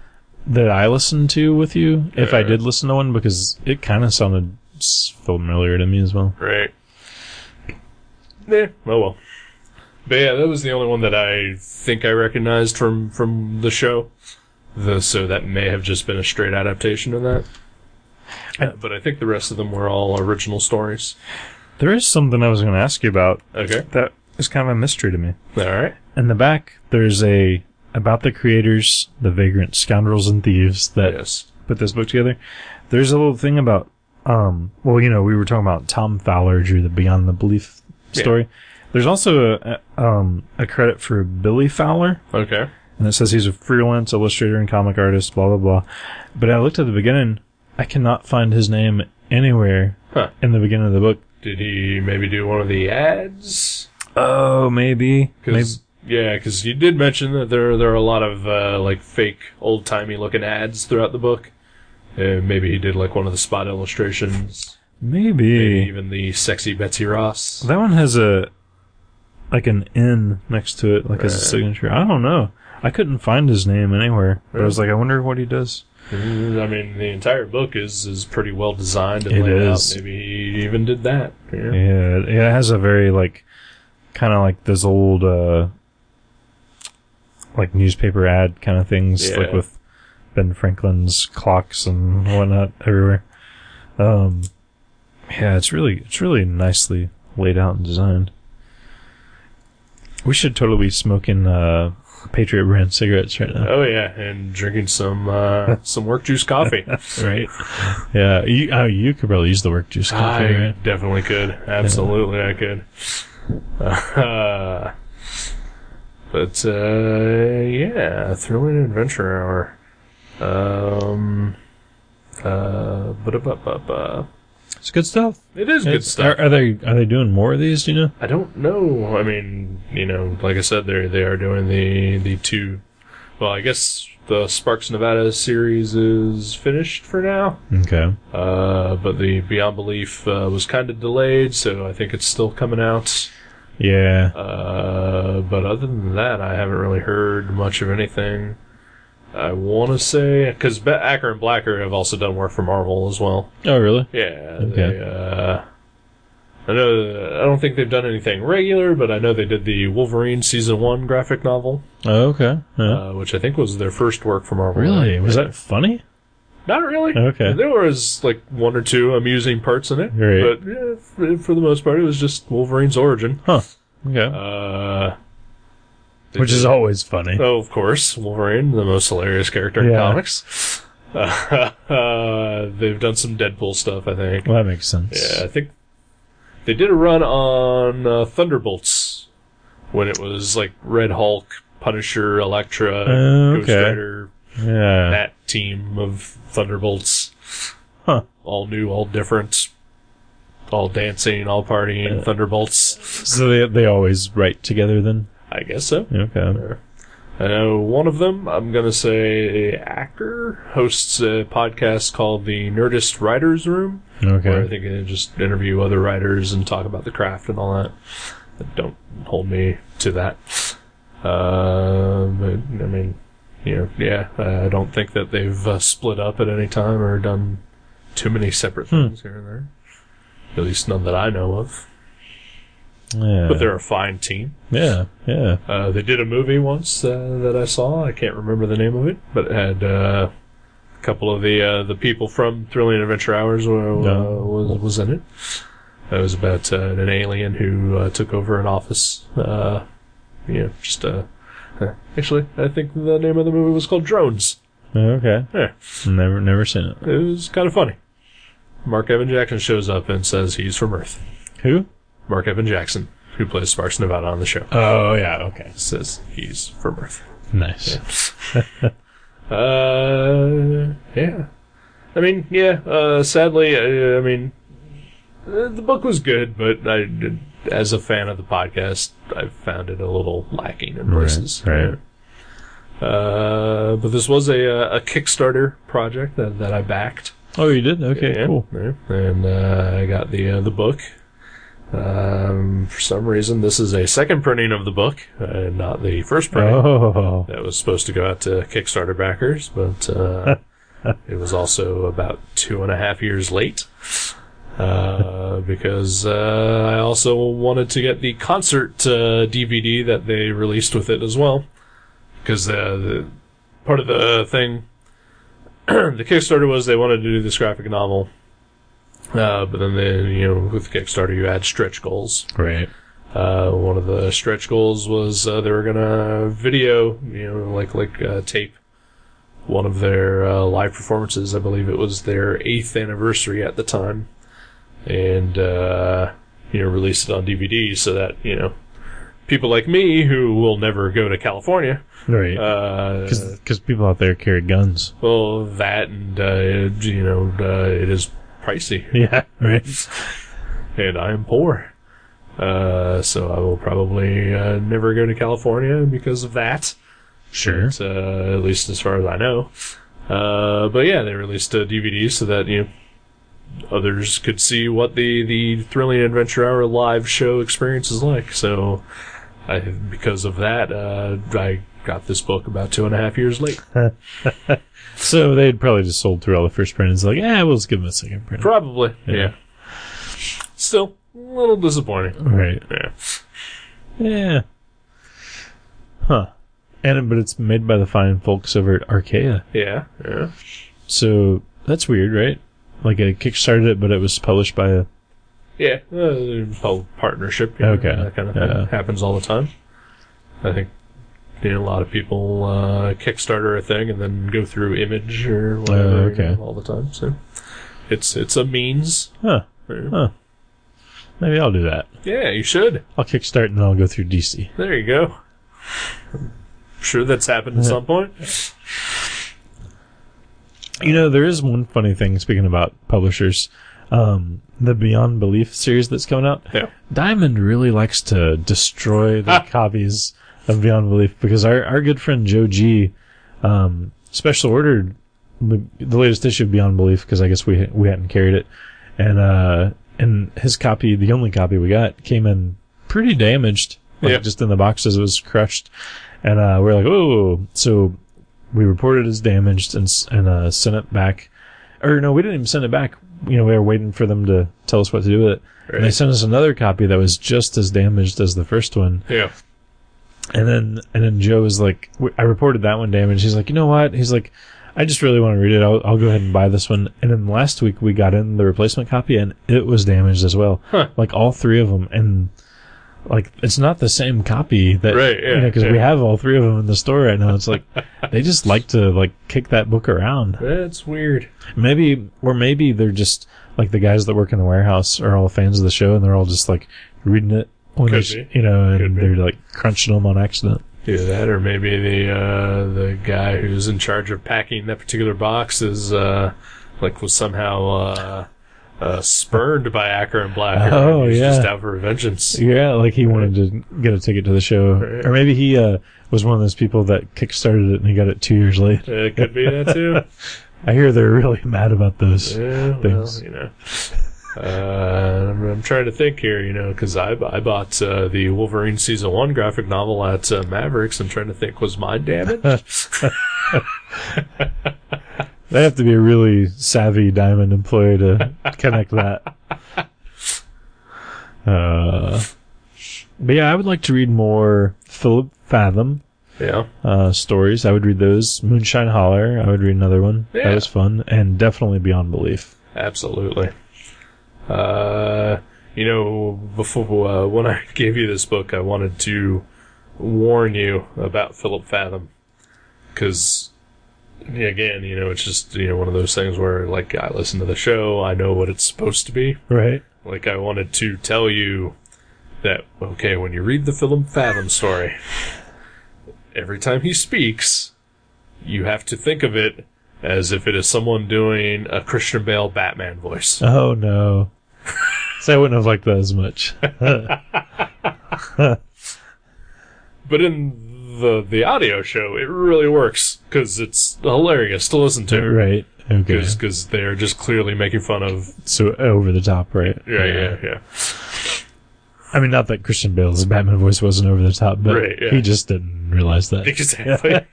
[SPEAKER 2] that I listened to with you, if I did listen to one, because it kind of sounded s- familiar to me as well.
[SPEAKER 1] Right. Yeah. Oh well. But yeah, that was the only one that I think I recognized from from the show. The, so that may have just been a straight adaptation of that. Uh, but I think the rest of them were all original stories.
[SPEAKER 2] There is something I was going to ask you about
[SPEAKER 1] Okay.
[SPEAKER 2] that is kind of a mystery to me.
[SPEAKER 1] All right.
[SPEAKER 2] In the back, there's a about the creators, the vagrant scoundrels and thieves that
[SPEAKER 1] Yes.
[SPEAKER 2] put this book together. There's a little thing about, um, well, you know, we were talking about Tom Fowler drew the Beyond the Belief
[SPEAKER 1] Yeah.
[SPEAKER 2] story. There's also a, a, um, a credit for Billy Fowler,
[SPEAKER 1] Okay.
[SPEAKER 2] and it says he's a freelance illustrator and comic artist, blah, blah, blah. But I looked at the beginning, I cannot find his name anywhere
[SPEAKER 1] Huh.
[SPEAKER 2] in the beginning of the book.
[SPEAKER 1] Did he maybe do one of the ads?
[SPEAKER 2] Oh, maybe. maybe.
[SPEAKER 1] Cause, Yeah, because you did mention that there there are a lot of uh, like fake old timey looking ads throughout the book. Uh, maybe he did like one of the spot illustrations, maybe
[SPEAKER 2] Maybe.
[SPEAKER 1] even the sexy Betsy Ross.
[SPEAKER 2] That one has a, like an N next to it, like as a
[SPEAKER 1] Right.
[SPEAKER 2] signature. I don't know. I couldn't find his name anywhere. But I was like, I wonder what he does.
[SPEAKER 1] Mm, I mean, the entire book is is pretty well designed and
[SPEAKER 2] It
[SPEAKER 1] laid
[SPEAKER 2] is.
[SPEAKER 1] out. Maybe he even did that. Yeah.
[SPEAKER 2] Yeah, it- it has a very like kind of like those old uh like newspaper ad kind of things,
[SPEAKER 1] Yeah.
[SPEAKER 2] like with Ben Franklin's clocks and whatnot everywhere. Um, yeah, it's really it's really nicely laid out and designed. We should totally be smoking uh, Patriot brand cigarettes
[SPEAKER 1] [LAUGHS]
[SPEAKER 2] right now,
[SPEAKER 1] Oh yeah, and drinking some uh, some work juice coffee.
[SPEAKER 2] right? yeah, you oh, you could probably use the work juice coffee,
[SPEAKER 1] I
[SPEAKER 2] right?
[SPEAKER 1] definitely could. Absolutely, I could. Uh, but uh, yeah, thrilling adventure hour. Um, uh, ba-da-ba-ba-ba.
[SPEAKER 2] It's good stuff.
[SPEAKER 1] it is good
[SPEAKER 2] It's-
[SPEAKER 1] stuff.
[SPEAKER 2] Are, are they are they doing more of these? Do you know?
[SPEAKER 1] I don't know. I mean, you know, like I said, they they are doing the the two. Well, I guess the Sparks Nevada series is finished for now.
[SPEAKER 2] Okay.
[SPEAKER 1] Uh, but the Beyond Belief uh, was kind of delayed, so I think it's still coming out.
[SPEAKER 2] Yeah.
[SPEAKER 1] Uh, but other than that, I haven't really heard much of anything. I want to say because Be- Acker and Blacker have also done work for Marvel as well.
[SPEAKER 2] Oh, really?
[SPEAKER 1] Yeah.
[SPEAKER 2] Okay.
[SPEAKER 1] They, uh, I know. I don't think they've done anything regular, but I know they did the Wolverine season one graphic novel,
[SPEAKER 2] Oh, okay. Yeah.
[SPEAKER 1] uh, which I think was their first work for Marvel.
[SPEAKER 2] really? Was that funny?
[SPEAKER 1] Not really.
[SPEAKER 2] Okay.
[SPEAKER 1] There was like one or two amusing parts in it,
[SPEAKER 2] Right.
[SPEAKER 1] but yeah, for, for the most part, it was just Wolverine's origin.
[SPEAKER 2] Huh. Okay.
[SPEAKER 1] Uh, they
[SPEAKER 2] Which
[SPEAKER 1] did-
[SPEAKER 2] is always funny.
[SPEAKER 1] [LAUGHS] oh, of course, Wolverine, the most hilarious character in
[SPEAKER 2] Yeah.
[SPEAKER 1] comics. [LAUGHS] Uh, they've done some Deadpool stuff, I think.
[SPEAKER 2] Well, that makes sense.
[SPEAKER 1] Yeah, I think they did a run on uh, Thunderbolts when it was like Red Hulk, Punisher, Elektra,
[SPEAKER 2] Oh,
[SPEAKER 1] Ghost
[SPEAKER 2] okay.
[SPEAKER 1] Rider,
[SPEAKER 2] Yeah.
[SPEAKER 1] that team of Thunderbolts.
[SPEAKER 2] Huh.
[SPEAKER 1] All new, all different, all dancing, all partying, Thunderbolts.
[SPEAKER 2] So they they always write together then?
[SPEAKER 1] I guess so.
[SPEAKER 2] Okay.
[SPEAKER 1] I know Uh, one of them, I'm going to say Acker, hosts a podcast called The Nerdist Writers Room, where I
[SPEAKER 2] Okay.
[SPEAKER 1] think they just interview other writers and talk about the craft and all that. But don't hold me to that. Uh, but, I mean, you know, yeah, I don't think that they've uh, split up at any time or done too many separate things here and there. At least none that I know of.
[SPEAKER 2] Yeah.
[SPEAKER 1] But they're a fine team.
[SPEAKER 2] yeah. Yeah.
[SPEAKER 1] Uh, they did a movie once uh, that I saw. I can't remember the name of it, but it had uh, a couple of the uh, the people from Thrilling Adventure Hours were, uh,
[SPEAKER 2] No.
[SPEAKER 1] was was in it. It was about uh, an alien who uh, took over an office. Uh, you know, just uh, [LAUGHS] uh, actually, I think the name of the movie was called Drones.
[SPEAKER 2] Okay.
[SPEAKER 1] Yeah,
[SPEAKER 2] Never never seen it.
[SPEAKER 1] it was kind of funny. Mark Evan Jackson shows up and says he's from Earth.
[SPEAKER 2] Who?
[SPEAKER 1] Mark Evan Jackson, who plays Sparks Nevada on the show,
[SPEAKER 2] Oh yeah, okay.
[SPEAKER 1] says he's from Earth.
[SPEAKER 2] Nice.
[SPEAKER 1] [LAUGHS] Uh, yeah. I mean, yeah. Uh, sadly, I, I mean, uh, the book was good, but I did, as a fan of the podcast, I've found it a little lacking in places.
[SPEAKER 2] right.
[SPEAKER 1] Uh, but this was a, uh, a Kickstarter project that, that I backed.
[SPEAKER 2] Oh, you did? Okay,
[SPEAKER 1] Yeah,
[SPEAKER 2] cool.
[SPEAKER 1] yeah. And uh, I got the uh, the book. Um, for some reason, this is a second printing of the book, uh, not the first printing
[SPEAKER 2] Oh,
[SPEAKER 1] that was supposed to go out to Kickstarter backers, but uh, it was also about two and a half years late uh, because uh, I also wanted to get the concert uh, DVD that they released with it as well. Because uh, the, part of the thing, [CLEARS THROAT] the Kickstarter was they wanted to do this graphic novel. Uh, but then, they, you know, with Kickstarter, you add stretch goals,
[SPEAKER 2] right.
[SPEAKER 1] uh, one of the stretch goals was uh, they were gonna video, you know, like like uh, tape one of their uh, live performances. I believe it was their eighth anniversary at the time, and uh, you know, release it on DVD so that you know people like me who will never go to California.
[SPEAKER 2] Right.
[SPEAKER 1] Uh,
[SPEAKER 2] Because people out there carry guns.
[SPEAKER 1] well, that and uh, it, you know, uh, it is pricey.
[SPEAKER 2] [LAUGHS] Yeah, right.
[SPEAKER 1] and I am poor. Uh, so I will probably uh, never go to California because of that.
[SPEAKER 2] [LAUGHS] Sure.
[SPEAKER 1] But, uh, at least as far as I know. Uh, but yeah, they released a DVD so that you know, others could see what the the thrilling adventure hour live show experience is like. So, I because of that, uh, I got this book about two and a half years late.
[SPEAKER 2] So they'd probably just sold through all the first print and it's like, yeah, we'll just give them a second print.
[SPEAKER 1] Probably,
[SPEAKER 2] Yeah.
[SPEAKER 1] yeah. Still, a little disappointing.
[SPEAKER 2] right.
[SPEAKER 1] Yeah.
[SPEAKER 2] Yeah. Huh. And but it's made by the fine folks over at Archaea.
[SPEAKER 1] Yeah. Yeah.
[SPEAKER 2] So that's weird, right? Like it kickstarted it, but it was published by a
[SPEAKER 1] Yeah, uh, well, partnership. you know,
[SPEAKER 2] Okay,
[SPEAKER 1] that kind of thing
[SPEAKER 2] yeah.
[SPEAKER 1] happens all the time. I think you know, a lot of people uh, Kickstarter a thing and then go through Image or whatever you
[SPEAKER 2] Oh, okay.
[SPEAKER 1] know, all the time. So it's it's a means.
[SPEAKER 2] huh.
[SPEAKER 1] Yeah.
[SPEAKER 2] Huh. Maybe I'll do that.
[SPEAKER 1] Yeah, you should.
[SPEAKER 2] I'll kickstart and then I'll go through DC.
[SPEAKER 1] There you go. I'm sure that's happened at some point.
[SPEAKER 2] You know, there is one funny thing speaking about publishers. Um, the Beyond Belief series that's coming out.
[SPEAKER 1] Yeah.
[SPEAKER 2] Diamond really likes to destroy the
[SPEAKER 1] Ah.
[SPEAKER 2] copies of Beyond Belief because our, our good friend Joe G um, special ordered the the latest issue of Beyond Belief because I guess we we hadn't carried it, and uh, and his copy, the only copy we got, came in pretty damaged, like
[SPEAKER 1] Yeah.
[SPEAKER 2] just in the boxes, it was crushed, and uh, we are like, oh, so we reported as damaged and s- and uh, sent it back, or no, we didn't even send it back. You know, we were waiting for them to tell us what to do with it. And they
[SPEAKER 1] Right.
[SPEAKER 2] sent us another copy that was just as damaged as the first one.
[SPEAKER 1] Yeah.
[SPEAKER 2] And then and then Joe was like, w- I reported that one damaged. He's like, you know what? He's like, I just really want to read it. I'll, I'll go ahead and buy this one. And then last week we got in the replacement copy and it was damaged as well.
[SPEAKER 1] Huh.
[SPEAKER 2] Like all three of them. And like it's not the same copy that
[SPEAKER 1] Right, yeah,
[SPEAKER 2] because we
[SPEAKER 1] yeah.
[SPEAKER 2] have all three of them in the store right now.
[SPEAKER 1] [LAUGHS]
[SPEAKER 2] It's like they just like to like kick that book around.
[SPEAKER 1] That's weird.
[SPEAKER 2] Maybe, or maybe they're just like the guys that work in the warehouse are all fans of the show, and they're all just like reading it when
[SPEAKER 1] Could
[SPEAKER 2] they,
[SPEAKER 1] be.
[SPEAKER 2] you know,
[SPEAKER 1] Could
[SPEAKER 2] and
[SPEAKER 1] be.
[SPEAKER 2] they're like crunching them on accident.
[SPEAKER 1] Either that, or maybe the uh, the guy who's in charge of packing that particular box is uh, like was somehow uh, uh, spurned by Acker and Blacker.
[SPEAKER 2] Oh,
[SPEAKER 1] and he's
[SPEAKER 2] yeah.
[SPEAKER 1] just out for vengeance.
[SPEAKER 2] Yeah, like he wanted to get a ticket to the show,
[SPEAKER 1] Right.
[SPEAKER 2] or maybe he uh, was one of those people that kickstarted it and he got it two years late.
[SPEAKER 1] It could be that too.
[SPEAKER 2] I hear they're really [LAUGHS] mad about those.
[SPEAKER 1] [LAUGHS] Yeah, [LAUGHS] well,
[SPEAKER 2] Things.
[SPEAKER 1] you know. Uh, I'm, I'm trying to think here, you know, because I, I bought uh, the Wolverine season one graphic novel at uh, Mavericks. I'm trying to think, was mine [LAUGHS] damaged?
[SPEAKER 2] They have to be a really savvy diamond
[SPEAKER 1] [LAUGHS]
[SPEAKER 2] employee to connect that. Uh, but yeah, I would like to read more Philip Fathom.
[SPEAKER 1] yeah,
[SPEAKER 2] uh, stories. I would read those. Moonshine Holler. I would read another one.
[SPEAKER 1] Yeah.
[SPEAKER 2] That was fun. And definitely Beyond Belief.
[SPEAKER 1] absolutely. Uh, you know, before uh, when I [LAUGHS] gave you this book, I wanted to warn you about Philip Fathom because. Again, you know, it's just you know one of those things where like I listen to the show, I know what it's supposed to be,
[SPEAKER 2] Right.
[SPEAKER 1] Like I wanted to tell you that okay, when you read the Philip Fathom story, every time he speaks, you have to think of it [LAUGHS] as if it is someone doing a Christian Bale Batman voice.
[SPEAKER 2] Oh no. So I wouldn't have liked that as much.
[SPEAKER 1] But in the the audio show, it really works because it's hilarious to listen to.
[SPEAKER 2] right. Okay.
[SPEAKER 1] Because they're just clearly making fun of.
[SPEAKER 2] so over the top, right?
[SPEAKER 1] Yeah, yeah, yeah.
[SPEAKER 2] I mean, not that Christian Bale's Batman voice wasn't over the top, but
[SPEAKER 1] Right, yeah.
[SPEAKER 2] he just didn't realize that.
[SPEAKER 1] [LAUGHS] Exactly.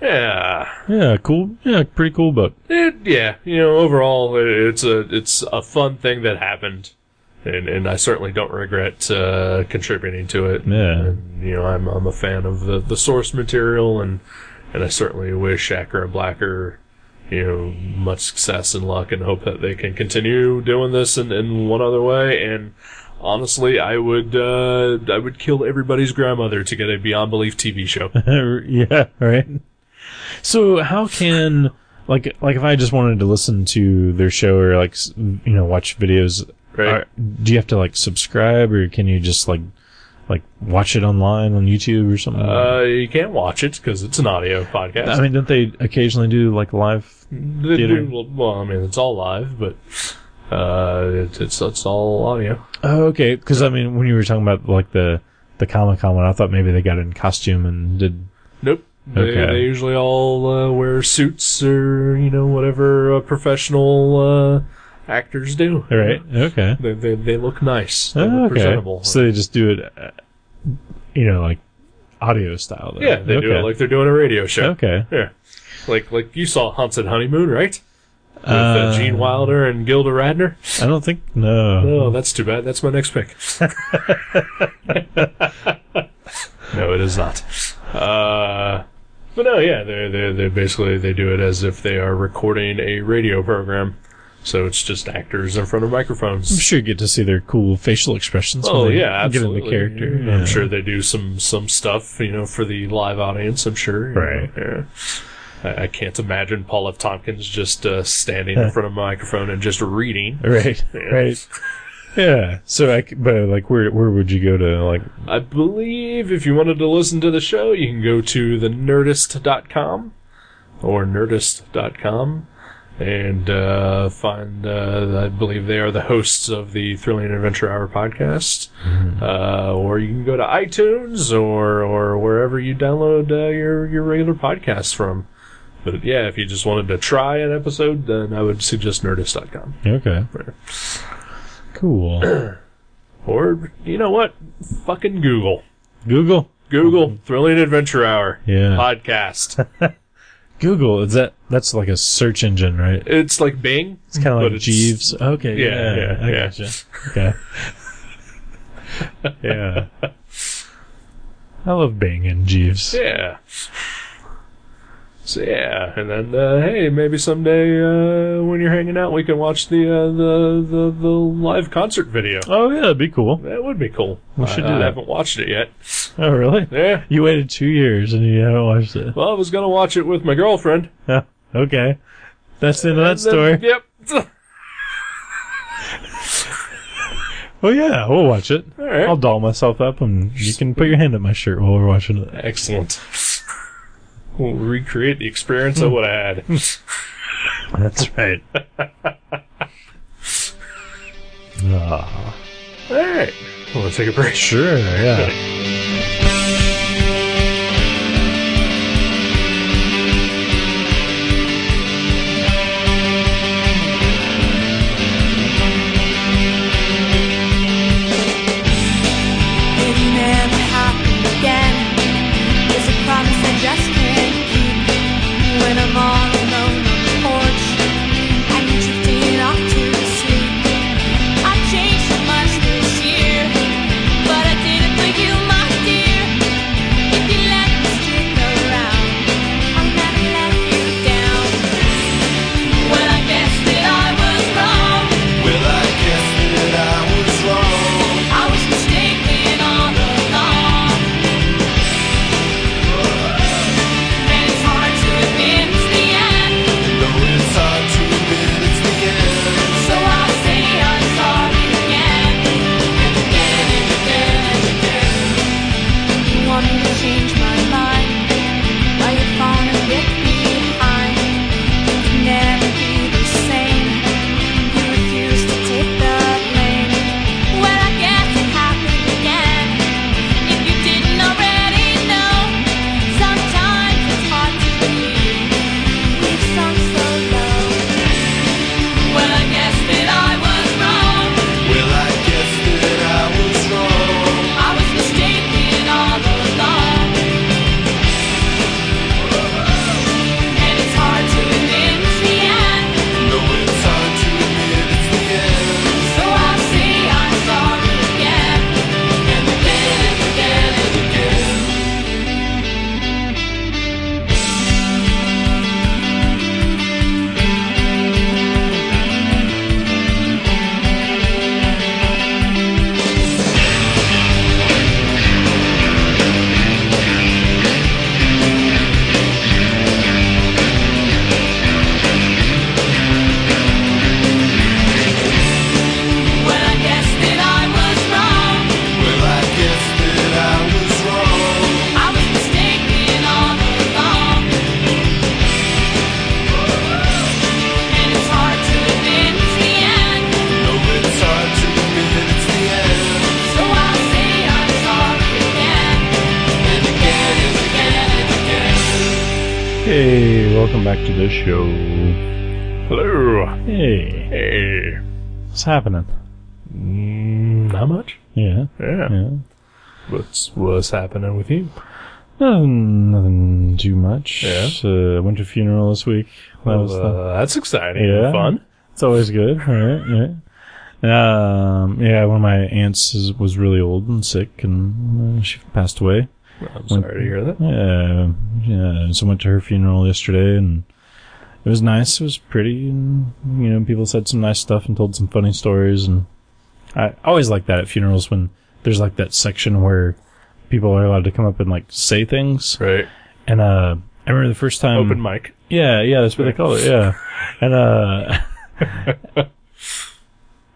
[SPEAKER 1] yeah.
[SPEAKER 2] Yeah, cool. Yeah, pretty cool book.
[SPEAKER 1] It, yeah, you know, overall, it, it's a it's a fun thing that happened, and and I certainly don't regret uh, contributing to it.
[SPEAKER 2] Yeah.
[SPEAKER 1] And, you know, I'm I'm a fan of the, the source material, and and I certainly wish Acker and Blacker, you know, much success and luck, and hope that they can continue doing this in, in one other way. And honestly, I would uh, I would kill everybody's grandmother to get a Beyond Belief TV show.
[SPEAKER 2] [LAUGHS] yeah, right. So how can like like if I just wanted to listen to their show or like s- you know watch videos,
[SPEAKER 1] Right.
[SPEAKER 2] are- do you have to like subscribe or can you just like like watch it online on YouTube or something?
[SPEAKER 1] Uh, you can't watch it because it's an audio podcast.
[SPEAKER 2] I mean, don't they occasionally do like live?
[SPEAKER 1] They
[SPEAKER 2] Theater.
[SPEAKER 1] do- well, well, I mean, it's all live, but uh, it's it's it's all audio.
[SPEAKER 2] Oh, okay, because I mean, when you were talking about like the the Comic Con one, I thought maybe they got in costume and did.
[SPEAKER 1] Nope. They,
[SPEAKER 2] Okay.
[SPEAKER 1] they usually all uh, wear suits or you know whatever uh, professional uh, actors do.
[SPEAKER 2] All right. Okay.
[SPEAKER 1] They, they they look nice. They
[SPEAKER 2] Oh,
[SPEAKER 1] look
[SPEAKER 2] okay.
[SPEAKER 1] presentable.
[SPEAKER 2] So they just do it, uh, you know, like audio style. Though.
[SPEAKER 1] yeah, they do it
[SPEAKER 2] Okay.
[SPEAKER 1] like they're doing a radio show.
[SPEAKER 2] Okay.
[SPEAKER 1] Yeah. Like like you saw Haunted Honeymoon, right? With uh,
[SPEAKER 2] Uh,
[SPEAKER 1] Gene Wilder and Gilda Radner.
[SPEAKER 2] I don't think [LAUGHS] no.
[SPEAKER 1] Oh, that's too bad. That's my next pick. [LAUGHS] no, it is not. Uh, but no, yeah, they they they basically they do it as if they are recording a radio program, so it's just actors in front of
[SPEAKER 2] I'm
[SPEAKER 1] microphones.
[SPEAKER 2] sure you get to see their cool facial expressions. when
[SPEAKER 1] Oh
[SPEAKER 2] they
[SPEAKER 1] yeah,
[SPEAKER 2] give them
[SPEAKER 1] absolutely.
[SPEAKER 2] the character.
[SPEAKER 1] I'm
[SPEAKER 2] Yeah.
[SPEAKER 1] sure they do some some stuff, you know, for the live audience. I'm sure. you know,
[SPEAKER 2] Right.
[SPEAKER 1] yeah. I I can't imagine Paul F. Tompkins just uh, standing in front of a microphone and just reading.
[SPEAKER 2] Right. Right. Yeah. So I, c- but like, where where would you go to? Like,
[SPEAKER 1] I believe if you wanted to listen to the show, you can go to thenerdist.com or nerdist.com and uh, find, uh, I believe they are the hosts of the Thrilling Adventure Hour podcast. Uh, or you can go to iTunes or, or wherever you download uh, your, your regular podcasts from. But yeah, if you just wanted to try an episode, then I would suggest nerdist.com.
[SPEAKER 2] okay,
[SPEAKER 1] [CLEARS THROAT]
[SPEAKER 2] cool.
[SPEAKER 1] Or, you know what? Fucking Google.
[SPEAKER 2] Google.
[SPEAKER 1] Google Thrilling Adventure Hour
[SPEAKER 2] Yeah.
[SPEAKER 1] podcast.
[SPEAKER 2] Google is that? That's like a search engine, right?
[SPEAKER 1] It's like Bing.
[SPEAKER 2] It's kind of
[SPEAKER 1] but
[SPEAKER 2] like
[SPEAKER 1] it's-
[SPEAKER 2] Jeeves. Okay.
[SPEAKER 1] Yeah,
[SPEAKER 2] Yeah.
[SPEAKER 1] yeah,
[SPEAKER 2] I
[SPEAKER 1] yeah.
[SPEAKER 2] gotcha. Okay.
[SPEAKER 1] [LAUGHS]
[SPEAKER 2] yeah. I love Bing and Jeeves.
[SPEAKER 1] Yeah. So yeah, and then uh, hey, maybe someday uh, when you're hanging out, we can watch the uh, the, the the live concert video.
[SPEAKER 2] Oh yeah, that'd be cool.
[SPEAKER 1] That would be cool.
[SPEAKER 2] We should
[SPEAKER 1] I,
[SPEAKER 2] do
[SPEAKER 1] I
[SPEAKER 2] that.
[SPEAKER 1] haven't watched it yet.
[SPEAKER 2] Oh really?
[SPEAKER 1] Yeah.
[SPEAKER 2] You waited two years and you haven't watched it. [LAUGHS]
[SPEAKER 1] Well, I was gonna watch it with my girlfriend.
[SPEAKER 2] Yeah. Okay. That's the end of that
[SPEAKER 1] Then-
[SPEAKER 2] story.
[SPEAKER 1] yep. [LAUGHS]
[SPEAKER 2] Well, yeah, we'll watch it.
[SPEAKER 1] All right.
[SPEAKER 2] I'll doll myself up and you can put your hand up my shirt while we're watching it.
[SPEAKER 1] Excellent. We'll recreate the experience I
[SPEAKER 2] Hmm.
[SPEAKER 1] would have had.
[SPEAKER 2] That's right. Ah,
[SPEAKER 1] All right. Want to take a break?
[SPEAKER 2] sure, yeah.
[SPEAKER 3] It never happened again. It's a promise I just can't keep. When I'm all alone on the porch and you drifted off to sleep. I've changed so much this year, but I did it for you, my
[SPEAKER 2] Hey, welcome back to the show.
[SPEAKER 1] Hello.
[SPEAKER 2] Hey,
[SPEAKER 1] Hey.
[SPEAKER 2] what's happening?
[SPEAKER 1] Mm, not much.
[SPEAKER 2] Yeah,
[SPEAKER 1] Yeah.
[SPEAKER 2] yeah.
[SPEAKER 1] What's what's happening with you?
[SPEAKER 2] Nothing, nothing too much.
[SPEAKER 1] Yeah.
[SPEAKER 2] Uh, went to funeral this week. That was the-
[SPEAKER 1] uh, that's exciting. and
[SPEAKER 2] Yeah.
[SPEAKER 1] Fun.
[SPEAKER 2] It's always good, right? Yeah. Um, yeah, one of my aunts is, was really old and sick, and uh, she passed away.
[SPEAKER 1] I'm sorry to hear that.
[SPEAKER 2] Yeah, yeah. So I went to her funeral yesterday, and it was nice. It was pretty, and you know, people said some nice stuff and told some funny stories, and I always like that at funerals when there's like that section where people are allowed to come up and like say things.
[SPEAKER 1] Right.
[SPEAKER 2] And uh, I remember the first time
[SPEAKER 1] Open mic.
[SPEAKER 2] yeah, yeah, that's what they call it. Yeah, and uh,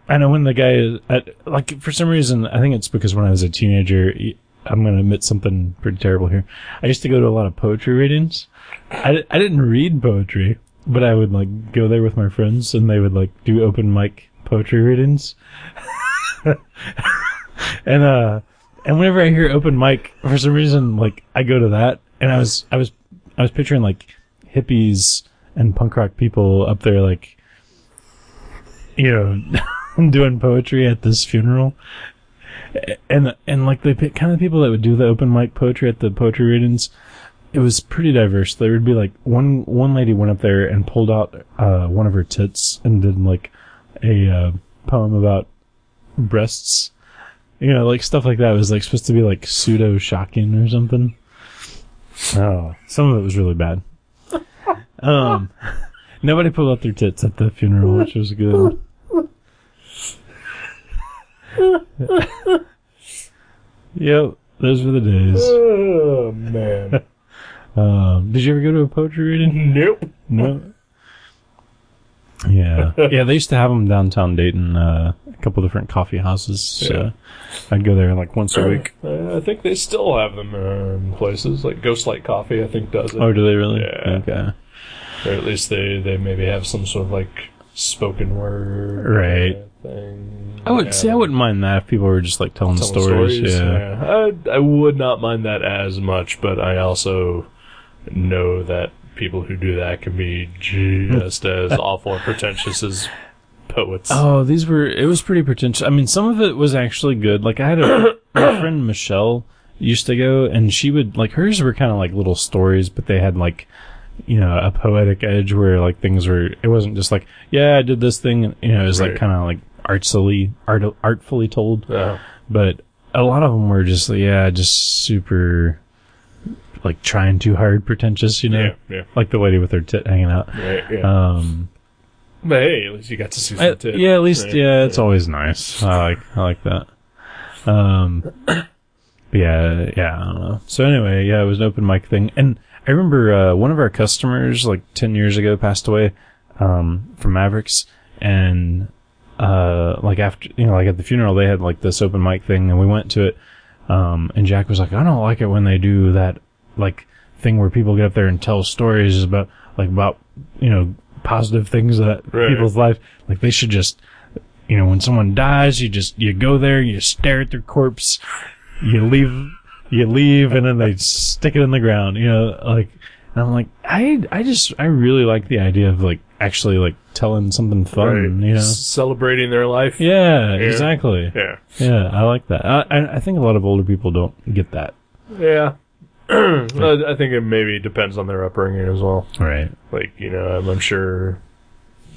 [SPEAKER 2] I know when the guy is at, like for some reason I think it's because when I was a teenager, y- I'm going to admit something pretty terrible here. I used to go to a lot of poetry readings. I, di- I didn't read poetry, but I would like go there with my friends, and they would like do open mic poetry readings. [LAUGHS] and uh, and whenever I hear open mic, for some reason, like I go to that, and I was I was I was picturing like hippies and punk rock people up there, like you know, [LAUGHS] doing poetry at this funeral, and and like the pe- kind of people that would do the open mic poetry at the poetry readings. It was pretty diverse. There would be like one one lady went up there and pulled out uh, one of her tits and did like a uh, poem about breasts you know, like stuff like that was like supposed to be like pseudo shocking or something. Oh, some of it was really bad. Um, [LAUGHS] nobody pulled out their tits at the funeral, which was good. [LAUGHS] yep, those were the days.
[SPEAKER 1] Oh man.
[SPEAKER 2] Um, did you ever go to a poetry
[SPEAKER 1] [LAUGHS]
[SPEAKER 2] reading?
[SPEAKER 1] nope.
[SPEAKER 2] No. [LAUGHS] Yeah, yeah. They used to have them downtown Dayton, uh, a couple different coffee houses. So
[SPEAKER 1] Yeah.
[SPEAKER 2] I'd go there like once a week.
[SPEAKER 1] Uh, I think they still have them uh, in places like Ghostlight Coffee. I think does it,
[SPEAKER 2] Oh, do they really?
[SPEAKER 1] Yeah.
[SPEAKER 2] Okay.
[SPEAKER 1] or at least they they maybe have some sort of like spoken word
[SPEAKER 2] Right.
[SPEAKER 1] uh, thing.
[SPEAKER 2] I would see. I wouldn't mind that if people were just like telling,
[SPEAKER 1] Telling
[SPEAKER 2] stories. Yeah.
[SPEAKER 1] I I would not mind that as much, but I also know that people who do that can
[SPEAKER 2] [LAUGHS]
[SPEAKER 1] be just as awful and pretentious as poets.
[SPEAKER 2] Oh, these were. It was pretty pretentious. I mean, some of it was actually good. Like I had
[SPEAKER 1] [COUGHS]
[SPEAKER 2] a my friend Michelle used to go, and she would like hers were kind of like little stories, but they had like you know a poetic edge where like things were. It wasn't just like yeah, I did this thing. and, You know, it was
[SPEAKER 1] Right.
[SPEAKER 2] like kind of like artfully art, artfully told.
[SPEAKER 1] Uh,
[SPEAKER 2] but a lot of them were just yeah, just super like trying too hard, pretentious, you know,
[SPEAKER 1] Yeah, yeah.
[SPEAKER 2] like the lady with her tit hanging out.
[SPEAKER 1] right, yeah.
[SPEAKER 2] Um,
[SPEAKER 1] but hey, at least you got to see some
[SPEAKER 2] I-
[SPEAKER 1] tits.
[SPEAKER 2] yeah, at least
[SPEAKER 1] Right.
[SPEAKER 2] yeah, it's always nice. I like I like that. Um, but yeah, yeah, I don't know. So anyway, yeah, it was an open mic thing, and I remember uh, one of our customers like ten years ago passed away um, from Mavericks, and uh, like after you know, like at the funeral, they had like this open mic thing, and we went to it. Um, and Jack was like, I don't like it when they do that like thing where people get up there and tell stories about like about you know positive things that
[SPEAKER 1] Right.
[SPEAKER 2] people's life. Like they should just you know when someone dies, you just you go there, you stare at their corpse, you leave, you leave, and then they stick it in the ground. You know, like. And I'm like, I, I just, I really like the idea of like actually like telling something fun,
[SPEAKER 1] Right.
[SPEAKER 2] you know?
[SPEAKER 1] S- Celebrating their life.
[SPEAKER 2] Yeah, exactly.
[SPEAKER 1] Yeah.
[SPEAKER 2] Yeah, I like that. I, I, I think a lot of older people don't get that.
[SPEAKER 1] Yeah. [CLEARS THROAT] I I think it maybe depends on their upbringing as well.
[SPEAKER 2] Right.
[SPEAKER 1] Like, you know, I'm, I'm sure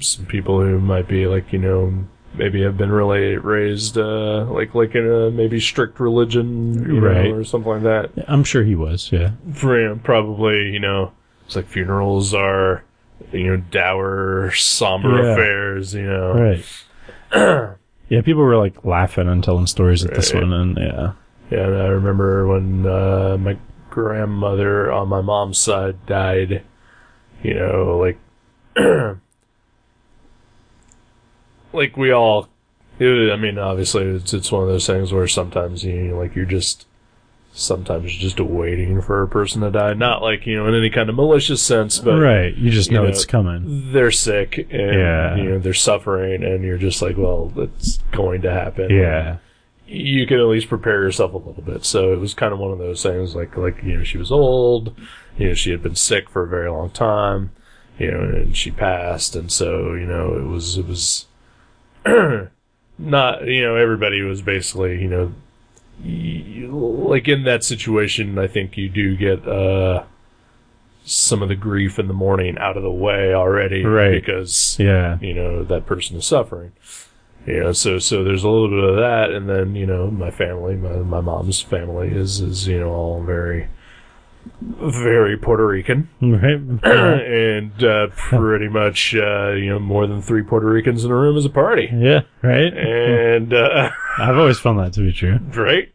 [SPEAKER 1] some people who might be like, you know, maybe have been really raised, uh, like, like in a maybe strict religion, you know,
[SPEAKER 2] Right.
[SPEAKER 1] or something like that.
[SPEAKER 2] I'm sure he was. Yeah.
[SPEAKER 1] For, you know, probably, you know, it's like funerals are, you know, dour, somber
[SPEAKER 2] Yeah.
[SPEAKER 1] affairs, you know.
[SPEAKER 2] Right. [CLEARS THROAT] yeah, people were like laughing and telling stories at this
[SPEAKER 1] Right.
[SPEAKER 2] one, and yeah,
[SPEAKER 1] Yeah, and I remember when uh, my grandmother on my mom's side died. You know, like, [CLEARS THROAT] like we all. It, was- I mean, obviously, it's it's one of those things where sometimes you like you're just sometimes you're just waiting for a person to die. Not like you know in any kind of malicious sense, but
[SPEAKER 2] right. You just
[SPEAKER 1] you
[SPEAKER 2] know,
[SPEAKER 1] know,
[SPEAKER 2] it's coming.
[SPEAKER 1] they're sick and
[SPEAKER 2] Yeah.
[SPEAKER 1] you know they're suffering, and you're just like, well, it's going to happen.
[SPEAKER 2] Yeah.
[SPEAKER 1] you could at least prepare yourself a little bit. So it was kind of one of those things like, like, you know, she was old, you know, she had been sick for a very long time, you know, and she passed. And so, you know, it was, it was [CLEARS THROAT] not, you know, everybody was basically, you know, y- like in that situation, I think you do get, uh, some of the grief in the morning out of the way already.
[SPEAKER 2] Right.
[SPEAKER 1] Because,
[SPEAKER 2] Yeah.
[SPEAKER 1] you know that person is suffering you know so so there's a little bit of that and then you know my family my, my mom's family is is you know all very very Puerto Rican
[SPEAKER 2] [CLEARS THROAT] Right.
[SPEAKER 1] [CLEARS THROAT] and uh, pretty much uh, you know more than three Puerto Ricans in a room is a
[SPEAKER 2] [LAUGHS]
[SPEAKER 1] party
[SPEAKER 2] yeah. Right.
[SPEAKER 1] and uh,
[SPEAKER 2] I've always found that to be true.
[SPEAKER 1] right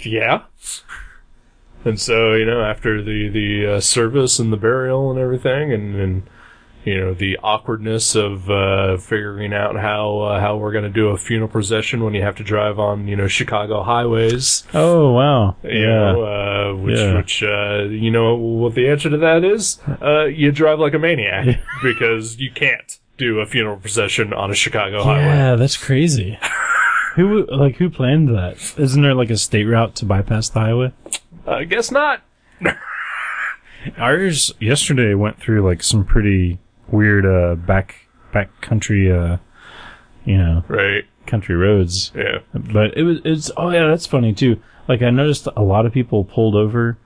[SPEAKER 1] yeah and so you know after the the uh, service and the burial and everything and and you know the awkwardness of uh, figuring out how uh, how we're going to do a funeral procession when you have to drive on you know Chicago highways
[SPEAKER 2] Oh wow.
[SPEAKER 1] you know, uh, which
[SPEAKER 2] Yeah.
[SPEAKER 1] which uh, you know what the answer to that is uh, you drive like a maniac [LAUGHS] because you can't do a funeral procession on a Chicago highway
[SPEAKER 2] Yeah, that's [LAUGHS] crazy. who like who planned that? Isn't there like a state route to bypass the highway?
[SPEAKER 1] I guess not
[SPEAKER 2] Ours yesterday went through like some pretty weird uh back back country uh you know
[SPEAKER 1] right
[SPEAKER 2] country roads.
[SPEAKER 1] yeah
[SPEAKER 2] But it was it's oh yeah, that's funny too. Like I noticed a lot of people pulled over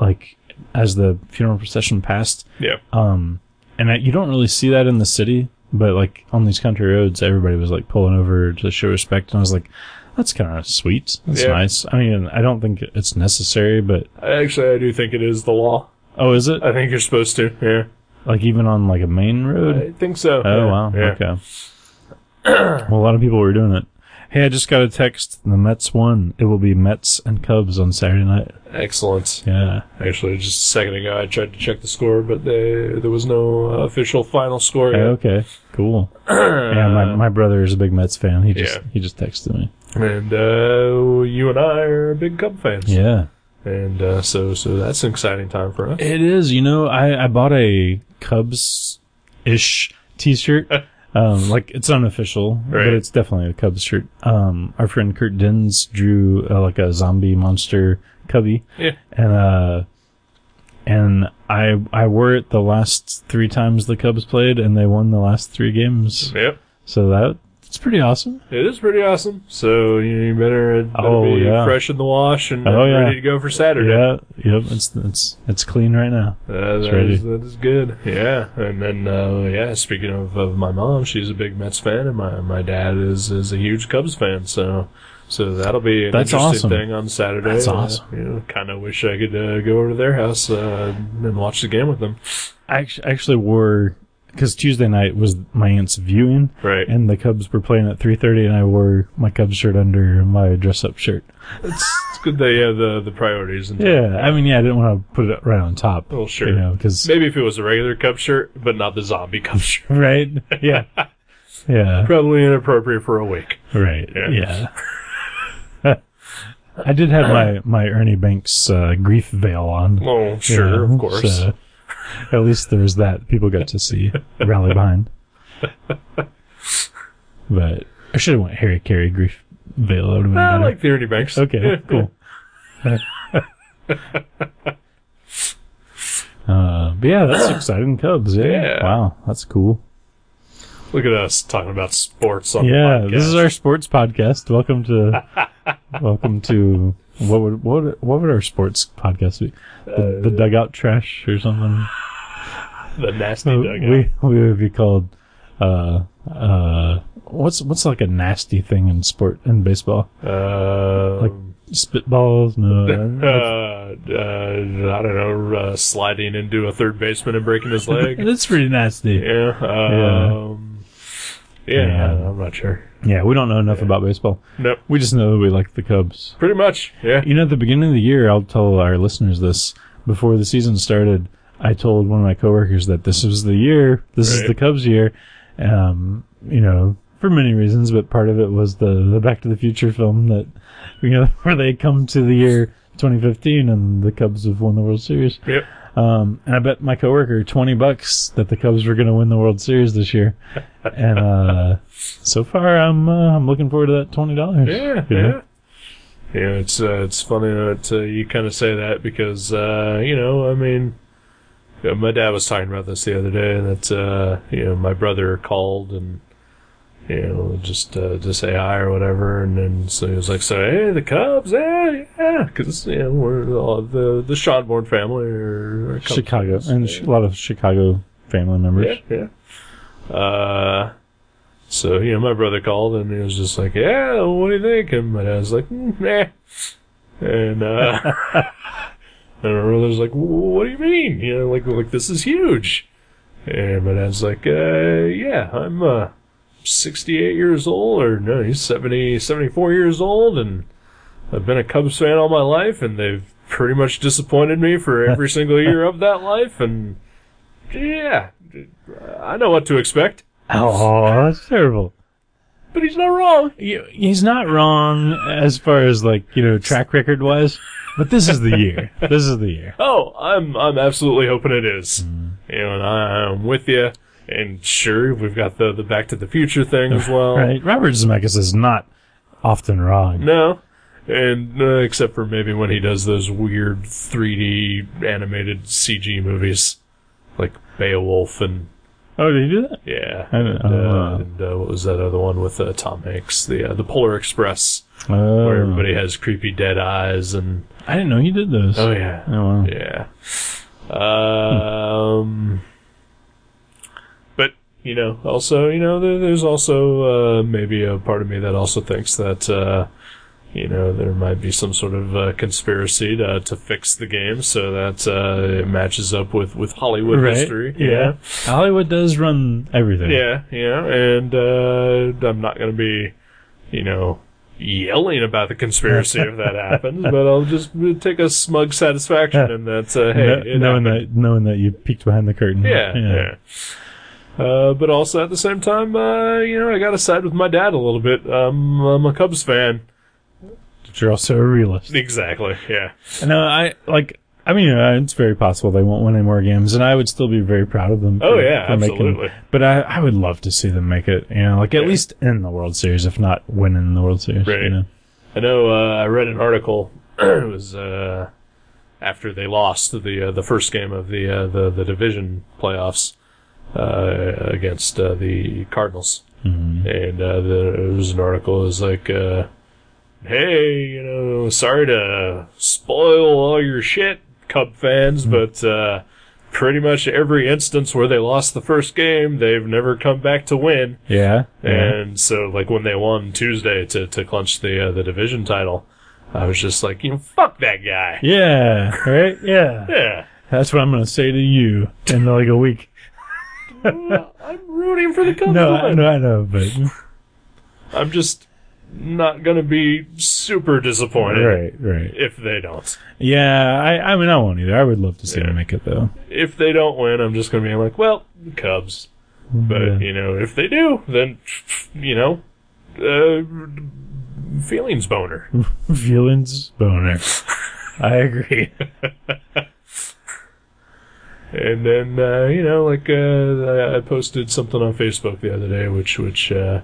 [SPEAKER 2] like as the funeral procession passed
[SPEAKER 1] yeah
[SPEAKER 2] um and I, you don't really see that in the city but like on these country roads everybody was like pulling over to show respect and i was like that's kind of sweet that's
[SPEAKER 1] Yeah.
[SPEAKER 2] nice i mean i don't think it's necessary but
[SPEAKER 1] actually I do think it is the law
[SPEAKER 2] oh is it
[SPEAKER 1] I think you're supposed to yeah
[SPEAKER 2] like even on like a main road
[SPEAKER 1] I think so
[SPEAKER 2] oh
[SPEAKER 1] Yeah.
[SPEAKER 2] wow
[SPEAKER 1] yeah.
[SPEAKER 2] okay well a lot of people were doing it hey i just got a text the mets won it will be mets and cubs on saturday night
[SPEAKER 1] excellent
[SPEAKER 2] yeah
[SPEAKER 1] Actually, just a second ago, I tried to check the score, but they, there was no uh, official final score
[SPEAKER 2] Hey,
[SPEAKER 1] yet.
[SPEAKER 2] okay [CLEARS THROAT] cool yeah my, my brother is a big mets fan he just
[SPEAKER 1] Yeah.
[SPEAKER 2] he just texted me
[SPEAKER 1] And uh, you and I are big Cub fans.
[SPEAKER 2] yeah
[SPEAKER 1] And uh, so, so that's an exciting time for us.
[SPEAKER 2] It is, you know, I, I bought a Cubs ish t [LAUGHS] shirt. um, like it's unofficial,
[SPEAKER 1] Right.
[SPEAKER 2] but it's definitely a Cubs shirt. Um, our friend Kurt Dins drew uh, like a zombie monster cubby
[SPEAKER 1] Yeah.
[SPEAKER 2] and, uh, and I, I wore it the last three times the Cubs played and they won the last three games.
[SPEAKER 1] Yep.
[SPEAKER 2] So that, it's pretty awesome.
[SPEAKER 1] It is pretty awesome. So you, you better, better
[SPEAKER 2] Oh,
[SPEAKER 1] be
[SPEAKER 2] yeah.
[SPEAKER 1] fresh in the wash and
[SPEAKER 2] Oh,
[SPEAKER 1] uh,
[SPEAKER 2] yeah.
[SPEAKER 1] ready to go for Saturday.
[SPEAKER 2] Yeah. Yep. It's, it's, it's clean right now.
[SPEAKER 1] Uh, that,
[SPEAKER 2] ready.
[SPEAKER 1] is, that is good. Yeah. And then, uh, yeah, speaking of, of my mom, she's a big Mets fan, and my, my dad is, is a huge Cubs fan. So so that'll be an
[SPEAKER 2] That's
[SPEAKER 1] interesting
[SPEAKER 2] awesome.
[SPEAKER 1] thing on Saturday.
[SPEAKER 2] That's
[SPEAKER 1] Uh,
[SPEAKER 2] awesome.
[SPEAKER 1] you know, kind of wish I could uh, go over to their house uh, and watch the game with them.
[SPEAKER 2] I actu- actually wore because Tuesday night was my aunt's viewing,
[SPEAKER 1] Right.
[SPEAKER 2] And the Cubs were playing at three thirty, and I wore my Cubs shirt under my dress-up shirt.
[SPEAKER 1] It's good they have the, the priorities. And
[SPEAKER 2] Yeah, I mean, yeah, I didn't want to put it right on top.
[SPEAKER 1] Well, sure.
[SPEAKER 2] you know, because
[SPEAKER 1] Maybe if it was a regular cup shirt, but not the zombie cup shirt.
[SPEAKER 2] right, yeah, yeah,
[SPEAKER 1] Probably inappropriate for a wake.
[SPEAKER 2] right,
[SPEAKER 1] Yeah.
[SPEAKER 2] yeah. [LAUGHS] I did have my my Ernie Banks uh, grief veil on.
[SPEAKER 1] Oh,
[SPEAKER 2] you
[SPEAKER 1] sure,
[SPEAKER 2] know,
[SPEAKER 1] of course.
[SPEAKER 2] so at least there was that people got to see rally behind. But I should have went Harry Carey grief veil. That would have been
[SPEAKER 1] I
[SPEAKER 2] better.
[SPEAKER 1] like the Ernie Banks.
[SPEAKER 2] Okay, cool. [LAUGHS] uh, but
[SPEAKER 1] [COUGHS]
[SPEAKER 2] yeah, that's exciting, Cubs. Yeah.
[SPEAKER 1] Yeah.
[SPEAKER 2] Wow, that's cool.
[SPEAKER 1] Look at us talking about sports on
[SPEAKER 2] Yeah,
[SPEAKER 1] the podcast.
[SPEAKER 2] this is our sports podcast.
[SPEAKER 1] [LAUGHS]
[SPEAKER 2] Welcome to, welcome to what would what would- what would our sports podcast be? The,
[SPEAKER 1] Uh,
[SPEAKER 2] the dugout trash or something.
[SPEAKER 1] [LAUGHS] the nasty
[SPEAKER 2] Uh,
[SPEAKER 1] dugout.
[SPEAKER 2] we we would be called. Uh, uh, what's what's like a nasty thing in sport in baseball?
[SPEAKER 1] Um,
[SPEAKER 2] Spitballs? No,
[SPEAKER 1] [LAUGHS] uh, uh, I don't know, uh, sliding into a third baseman and breaking his
[SPEAKER 2] [LAUGHS]
[SPEAKER 1] leg.
[SPEAKER 2] that's pretty nasty.
[SPEAKER 1] yeah. Um, yeah.
[SPEAKER 2] Yeah.
[SPEAKER 1] I'm not sure.
[SPEAKER 2] Yeah, we don't know enough about baseball.
[SPEAKER 1] Nope.
[SPEAKER 2] We just know that we like the Cubs.
[SPEAKER 1] Pretty much. Yeah.
[SPEAKER 2] You know, at the beginning of the year, I'll tell our listeners this. Before the season started, I told one of my coworkers that this was the year. This is
[SPEAKER 1] Right.
[SPEAKER 2] the Cubs year. Um, you know, for many reasons, but part of it was the, the Back to the Future film that, [LAUGHS] you know, where they come to the year 2015 and the Cubs have won the World Series.
[SPEAKER 1] Yep.
[SPEAKER 2] Um, and I bet my coworker 20 bucks that the Cubs were going to win the World Series this year. And uh, so far, I'm uh, I'm looking forward to that $20.
[SPEAKER 1] Yeah,
[SPEAKER 2] you know?
[SPEAKER 1] yeah. Yeah, it's uh, it's funny that uh, you kind of say that because uh, you know, I mean, yeah, my dad was talking about this the other day, and that uh, you know, my brother called and you know, just uh, to say hi or whatever, and then so he was like, "So hey, the Cubs, yeah, yeah," because you know, we're all the the Shonborn family or, or
[SPEAKER 2] Chicago. And sh- a lot of Chicago family members.
[SPEAKER 1] yeah, yeah. Uh, so you know, my brother called and he was just like, "Yeah, what do you think?" And my dad's like, "Mm, "Nah," and uh, [LAUGHS] and my brother's like, "What do you mean?" You know, like like this is huge. And my dad's like, uh, "Yeah, I'm uh, 68 years old, or no, he's 70, 74 years old, and I've been a Cubs fan all my life, and they've." Pretty much disappointed me for every single year of that life, and yeah, I know what to expect,
[SPEAKER 2] Oh, that's terrible.
[SPEAKER 1] but he's not wrong.
[SPEAKER 2] You- He's not wrong as far as, like, you know, track record wise, but this is the [LAUGHS] year. This is the year.
[SPEAKER 1] Oh, I'm I'm absolutely hoping it is.
[SPEAKER 2] Mm-hmm.
[SPEAKER 1] You know, and I, I'm with you. And sure, we've got the the Back to the Future thing
[SPEAKER 2] [LAUGHS]
[SPEAKER 1] as well.
[SPEAKER 2] Right? Robert Zemeckis is not often wrong.
[SPEAKER 1] No, and uh, except for maybe when he does those weird 3D animated CG movies, like Beowulf and
[SPEAKER 2] Oh, did he do that?
[SPEAKER 1] yeah,
[SPEAKER 2] I don't-
[SPEAKER 1] and,
[SPEAKER 2] I don't
[SPEAKER 1] uh,
[SPEAKER 2] know.
[SPEAKER 1] and uh, what was that other one with uh, Tom Hanks? The uh, the Polar Express,
[SPEAKER 2] Oh,
[SPEAKER 1] where everybody has creepy dead eyes and
[SPEAKER 2] I didn't know he did those.
[SPEAKER 1] oh yeah,
[SPEAKER 2] Oh, wow.
[SPEAKER 1] Yeah. Um, but you know, also you know, there, there's also uh, maybe a part of me that also thinks that uh, you know there might be some sort of uh, conspiracy to, to fix the game so that uh, it matches up with with Hollywood history.
[SPEAKER 2] Hollywood does run everything.
[SPEAKER 1] Yeah, yeah, and uh, I'm not going to be, you know, yelling about the conspiracy if
[SPEAKER 2] [LAUGHS]
[SPEAKER 1] that happens, but I'll just take a smug satisfaction in that. Uh, hey,
[SPEAKER 2] Kno-
[SPEAKER 1] it
[SPEAKER 2] knowing
[SPEAKER 1] happened.
[SPEAKER 2] that knowing that you peeked behind the curtain.
[SPEAKER 1] Yeah, yeah. Uh, but also at the same time, uh, you know, I got to side with my dad a little bit. Um, I'm a Cubs fan.
[SPEAKER 2] But you're also a realist.
[SPEAKER 1] Exactly. Yeah.
[SPEAKER 2] No, uh, I like. I mean, uh, it's very possible they won't win any more games, and I would still be very proud of them.
[SPEAKER 1] Oh, yeah,
[SPEAKER 2] making-
[SPEAKER 1] absolutely.
[SPEAKER 2] but I, I would love to see them make it. You know, like at least in the World Series, if not winning the World Series.
[SPEAKER 1] Right.
[SPEAKER 2] You know?
[SPEAKER 1] I know. Uh, I read an article. [CLEARS THROAT] it was uh, after they lost the uh, the first game of the uh, the the division playoffs uh, against uh, the Cardinals, and uh, the, it was an article. It was like. Uh, Hey, you know, sorry to spoil all your shit, Cub fans, but uh, pretty much every instance where they lost the first game, they've never come back to win.
[SPEAKER 2] Yeah. yeah.
[SPEAKER 1] And so, like when they won Tuesday to to clinch the uh, the division title, I was just like, you know, fuck that guy.
[SPEAKER 2] Yeah, right? Yeah.
[SPEAKER 1] [LAUGHS] Yeah,
[SPEAKER 2] That's what I'm going to say to you in like
[SPEAKER 1] [LAUGHS]
[SPEAKER 2] a week.
[SPEAKER 1] Well, Uh, I'm rooting [LAUGHS] for the Cubs.
[SPEAKER 2] No,
[SPEAKER 1] to
[SPEAKER 2] I,
[SPEAKER 1] win.
[SPEAKER 2] no, I know,
[SPEAKER 1] [LAUGHS]
[SPEAKER 2] but.
[SPEAKER 1] I'm just not gonna be super disappointed
[SPEAKER 2] Right, right.
[SPEAKER 1] if they don't.
[SPEAKER 2] Yeah, I, I mean, I won't either. I would love to see
[SPEAKER 1] Yeah.
[SPEAKER 2] them make it, though.
[SPEAKER 1] If they don't win, I'm just gonna be like, well, Cubs. But
[SPEAKER 2] Yeah.
[SPEAKER 1] you know, if they do, then you know, uh, feelings boner.
[SPEAKER 2] Villains
[SPEAKER 1] [LAUGHS]
[SPEAKER 2] boner. I agree. [LAUGHS]
[SPEAKER 1] And then uh, you know, like uh, I- I posted something on Facebook the other day, which which uh,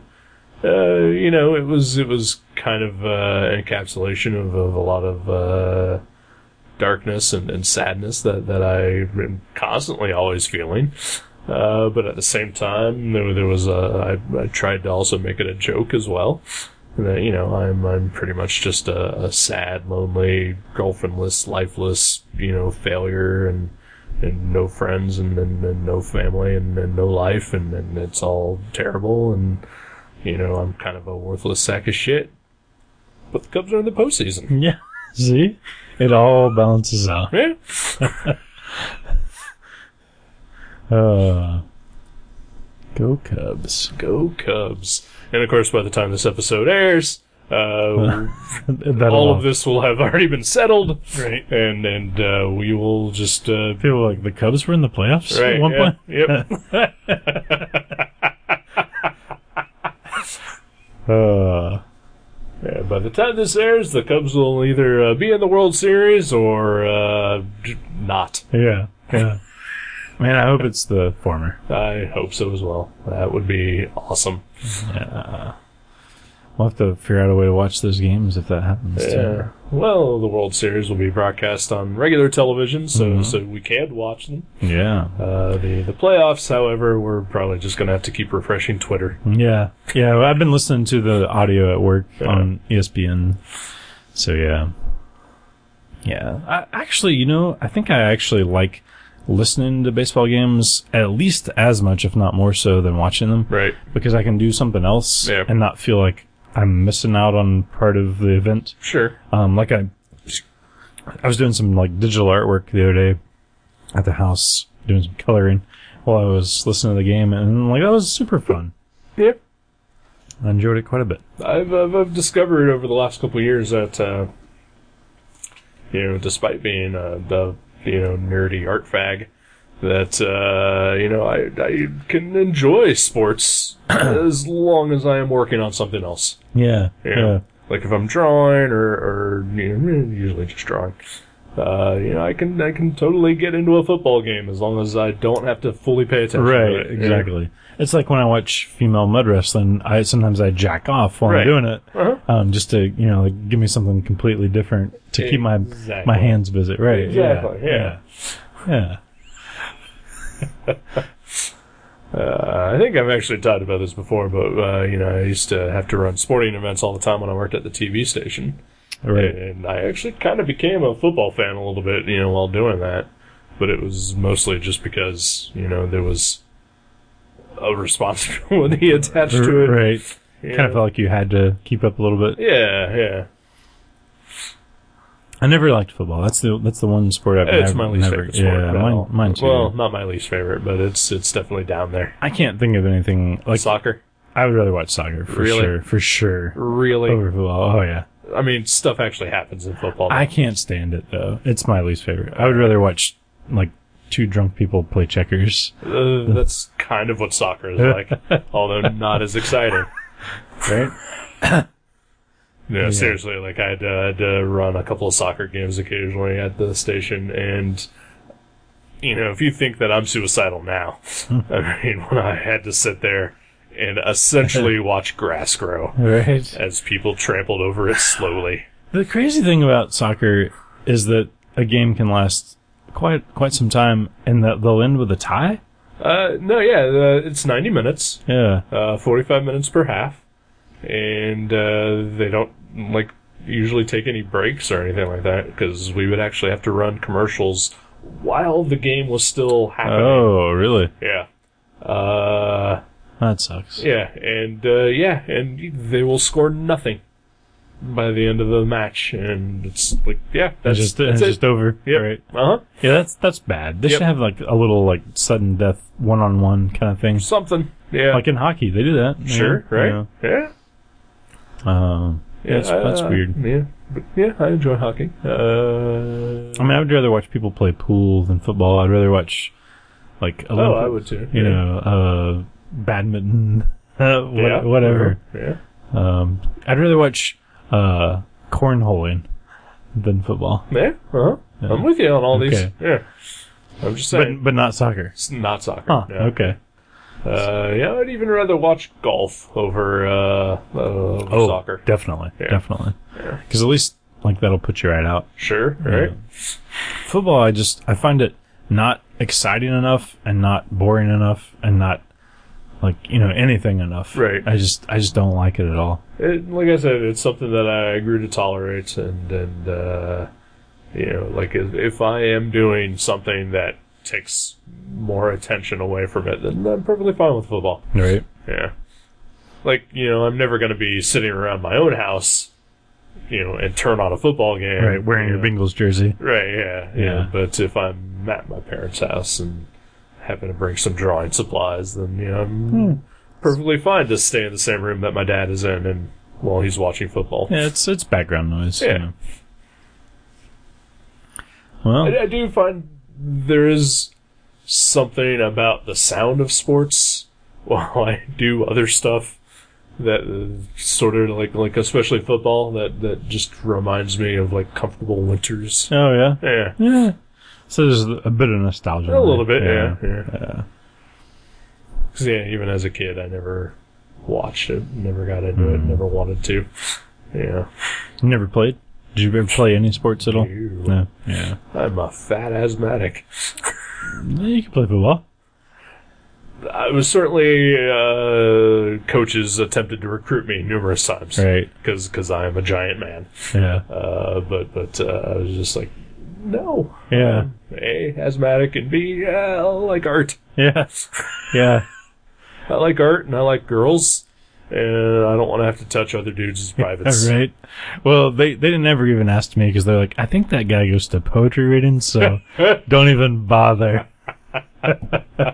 [SPEAKER 1] uh, you know it was it was kind of uh, an encapsulation of, of a lot of uh, darkness and, and sadness that that I am constantly always feeling. Uh, but at the same time, there, there was a, I, I tried to also make it a joke as well. That you know, I'm I'm pretty much just a, a sad, lonely, girlfriendless, lifeless, you know, failure and and no friends and, and, and no family and, and no life and, and it's all terrible and you know I'm kind of a worthless sack of shit. But the Cubs are in the postseason.
[SPEAKER 2] Yeah. See? It all balances out.
[SPEAKER 1] Yeah.
[SPEAKER 2] Uh, go Cubs. [LAUGHS]
[SPEAKER 1] Go Cubs! And of course, by the time this episode airs,
[SPEAKER 2] [LAUGHS]
[SPEAKER 1] uh,
[SPEAKER 2] That'll
[SPEAKER 1] all of this will have [LAUGHS] already been settled. Right. And and uh, we will just uh,
[SPEAKER 2] People are like, the Cubs were in the playoffs
[SPEAKER 1] right.
[SPEAKER 2] at one
[SPEAKER 1] yeah,
[SPEAKER 2] point?
[SPEAKER 1] Yep.
[SPEAKER 2] [LAUGHS]
[SPEAKER 1] [LAUGHS]
[SPEAKER 2] Uh,
[SPEAKER 1] Yeah, by the time this airs, the Cubs will either uh, be in the World Series or uh, d- not.
[SPEAKER 2] yeah. Yeah. Man, I hope it's the former.
[SPEAKER 1] I hope so as well. That would be awesome.
[SPEAKER 2] We'll have to figure out a way to watch those games if that happens. too.
[SPEAKER 1] Yeah. Well, the World Series will be broadcast on regular television, so so we can watch them.
[SPEAKER 2] Yeah.
[SPEAKER 1] Uh, the the playoffs, however, we're probably just gonna have to keep refreshing Twitter.
[SPEAKER 2] Yeah. Yeah. well, I've been listening to the audio at work on E ESPN. So yeah. Yeah. I, actually, you know, I think I actually like listening to baseball games at least as much, if not more so, than watching them.
[SPEAKER 1] Right.
[SPEAKER 2] Because I can do something else
[SPEAKER 1] Yeah.
[SPEAKER 2] and not feel like I'm missing out on part of the event.
[SPEAKER 1] Sure.
[SPEAKER 2] Um, like I, I was doing some like digital artwork the other day at the house, doing some coloring while I was listening to the game, and like that was super fun.
[SPEAKER 1] Yep.
[SPEAKER 2] I enjoyed it quite a bit.
[SPEAKER 1] I've, I've I've discovered over the last couple of years that uh, you know, despite being uh, the you know nerdy art fag, that uh, you know I I can enjoy sports as long as I am working on something else.
[SPEAKER 2] Yeah,
[SPEAKER 1] You know, like if I'm drawing or or you know, usually just drawing. Uh, you know, I can I can totally get into a football game as long as I don't have to fully pay attention. to
[SPEAKER 2] Right,
[SPEAKER 1] it.
[SPEAKER 2] exactly. It's like when I watch female mud wrestling. I sometimes I jack off while
[SPEAKER 1] Right.
[SPEAKER 2] I'm doing it,
[SPEAKER 1] Uh-huh.
[SPEAKER 2] um, just to you know like, give me something completely different to keep my
[SPEAKER 1] Exactly.
[SPEAKER 2] my hands busy. Right,
[SPEAKER 1] Exactly, yeah.
[SPEAKER 2] yeah. yeah.
[SPEAKER 1] Uh, I think I've actually talked about this before, but uh, you know, I used to have to run sporting events all the time when I worked at the TV station,
[SPEAKER 2] Right.
[SPEAKER 1] and I actually kind of became a football fan a little bit, you know, while doing that. But it was mostly just because you know there was a [LAUGHS] responsibility attached to it.
[SPEAKER 2] Right.
[SPEAKER 1] you
[SPEAKER 2] Kind of
[SPEAKER 1] know.
[SPEAKER 2] felt like you had to keep up a little bit.
[SPEAKER 1] yeah, yeah.
[SPEAKER 2] I never liked football. That's the that's the one sport I've
[SPEAKER 1] It's
[SPEAKER 2] never,
[SPEAKER 1] my least
[SPEAKER 2] never-
[SPEAKER 1] favorite sport.
[SPEAKER 2] Yeah,
[SPEAKER 1] at all.
[SPEAKER 2] mine, mine too.
[SPEAKER 1] Well, not my least favorite, but it's it's definitely down there.
[SPEAKER 2] I can't think of anything like
[SPEAKER 1] Soccer,
[SPEAKER 2] I would rather watch soccer for
[SPEAKER 1] Really?
[SPEAKER 2] sure, for sure.
[SPEAKER 1] really?
[SPEAKER 2] Over football. Oh yeah,
[SPEAKER 1] I mean, stuff actually happens in football.
[SPEAKER 2] I can't stand it though. It's my least favorite. I would rather watch like two drunk people play checkers.
[SPEAKER 1] Uh, that's kind of what soccer is
[SPEAKER 2] [LAUGHS]
[SPEAKER 1] like, although not as exciting.
[SPEAKER 2] Right?
[SPEAKER 1] No, seriously, like I had, to, I had to run a couple of soccer games occasionally at the station, and you know, if you think that I'm suicidal now,
[SPEAKER 2] Hmm.
[SPEAKER 1] [LAUGHS] I mean, when I had to sit there and
[SPEAKER 2] [LAUGHS]
[SPEAKER 1] essentially watch grass grow
[SPEAKER 2] [LAUGHS] right.
[SPEAKER 1] as people trampled over it slowly.
[SPEAKER 2] The crazy thing about soccer is that a game can last quite quite some time, and that they'll end with a tie.
[SPEAKER 1] Uh, no, yeah, uh, it's 90 minutes.
[SPEAKER 2] Yeah.
[SPEAKER 1] uh, 45 minutes per half, and uh, they don't like usually take any breaks or anything like that because we would actually have to run commercials while the game was still happening.
[SPEAKER 2] Oh, really?
[SPEAKER 1] Yeah. Uh,
[SPEAKER 2] That sucks.
[SPEAKER 1] yeah, and uh, yeah, and they will score nothing by the end of the match, and it's like yeah, that's
[SPEAKER 2] That's just
[SPEAKER 1] that's
[SPEAKER 2] it's
[SPEAKER 1] it.
[SPEAKER 2] just over.
[SPEAKER 1] Yep.
[SPEAKER 2] Right.
[SPEAKER 1] Uh huh.
[SPEAKER 2] Yeah, that's that's bad. They
[SPEAKER 1] Yep.
[SPEAKER 2] should have like a little like sudden death one on one kind of thing.
[SPEAKER 1] Something. Yeah.
[SPEAKER 2] Like in hockey, they do that.
[SPEAKER 1] sure.
[SPEAKER 2] Yeah,
[SPEAKER 1] Right. Yeah.
[SPEAKER 2] Yeah. Um,
[SPEAKER 1] Yeah,
[SPEAKER 2] that's, that's
[SPEAKER 1] uh,
[SPEAKER 2] weird.
[SPEAKER 1] Yeah, but yeah, I enjoy hockey. Uh,
[SPEAKER 2] I mean, I would rather watch people play pool than football. I'd rather watch like Olympic,
[SPEAKER 1] oh, I would too.
[SPEAKER 2] you
[SPEAKER 1] yeah.
[SPEAKER 2] know, uh, badminton, [LAUGHS] uh, wha-
[SPEAKER 1] Yeah. uh-huh.
[SPEAKER 2] whatever.
[SPEAKER 1] Yeah.
[SPEAKER 2] Um, I'd rather watch uh, cornholing than football,
[SPEAKER 1] Yeah. Uh-huh. I'm with you on all these.
[SPEAKER 2] Okay.
[SPEAKER 1] Yeah. I'm just saying.
[SPEAKER 2] but but not soccer.
[SPEAKER 1] it's not soccer.
[SPEAKER 2] Huh?
[SPEAKER 1] no.
[SPEAKER 2] Ah, Okay.
[SPEAKER 1] Uh, yeah, I'd even rather watch golf over, uh, uh, over
[SPEAKER 2] Oh,
[SPEAKER 1] soccer.
[SPEAKER 2] definitely,
[SPEAKER 1] Yeah.
[SPEAKER 2] definitely. Because at least like that'll put you right out.
[SPEAKER 1] Sure. Right.
[SPEAKER 2] football i just i find it not exciting enough and not boring enough and not like you know anything enough
[SPEAKER 1] Right.
[SPEAKER 2] i just i just don't like it at all
[SPEAKER 1] It, like I said, it's something that I grew to tolerate, and and uh, you know, like if, if I am doing something that takes more attention away from it, then I'm perfectly fine with football.
[SPEAKER 2] right
[SPEAKER 1] Yeah. Like, you know, I'm never going to be sitting around my own house, you know, and turn on a football game.
[SPEAKER 2] right wearing
[SPEAKER 1] you
[SPEAKER 2] your
[SPEAKER 1] know.
[SPEAKER 2] bengals jersey
[SPEAKER 1] Right, yeah, yeah.
[SPEAKER 2] Yeah.
[SPEAKER 1] But if I'm at my parents' house and happen to bring some drawing supplies, then, you know, I'm
[SPEAKER 2] Hmm.
[SPEAKER 1] perfectly fine to stay in the same room that my dad is in and while he's watching football.
[SPEAKER 2] yeah it's it's background noise you
[SPEAKER 1] Yeah.
[SPEAKER 2] know. well
[SPEAKER 1] I, I do find there is something about the sound of sports [LAUGHS] while I do other stuff that uh, sort of like like especially football that that just reminds me of like comfortable winters.
[SPEAKER 2] oh [LAUGHS] yeah
[SPEAKER 1] Yeah,
[SPEAKER 2] yeah So there's a bit of nostalgia.
[SPEAKER 1] A little bit, yeah. yeah.
[SPEAKER 2] yeah.
[SPEAKER 1] 'Cause, yeah, even as a kid, I never watched it, never got into it, never wanted to. Yeah.
[SPEAKER 2] You never played? Did you ever play any sports at all?
[SPEAKER 1] Ew.
[SPEAKER 2] No. Yeah.
[SPEAKER 1] I'm a fat asthmatic.
[SPEAKER 2] You can play football.
[SPEAKER 1] I was certainly, uh, coaches attempted to recruit me numerous times.
[SPEAKER 2] Right.
[SPEAKER 1] Because I am a giant man.
[SPEAKER 2] Yeah.
[SPEAKER 1] Uh, but but uh, I was just like, no.
[SPEAKER 2] Yeah.
[SPEAKER 1] Um, a, asthmatic, and B, yeah, I like art.
[SPEAKER 2] Yeah. [LAUGHS] Yeah.
[SPEAKER 1] I like art, and I like girls, and I don't want to have to touch other dudes' privates.
[SPEAKER 2] All [LAUGHS] right. Well, they, they didn't ever even ask me because they're like, I think that guy goes to poetry
[SPEAKER 1] [LAUGHS]
[SPEAKER 2] reading, so don't even bother.
[SPEAKER 1] Uh,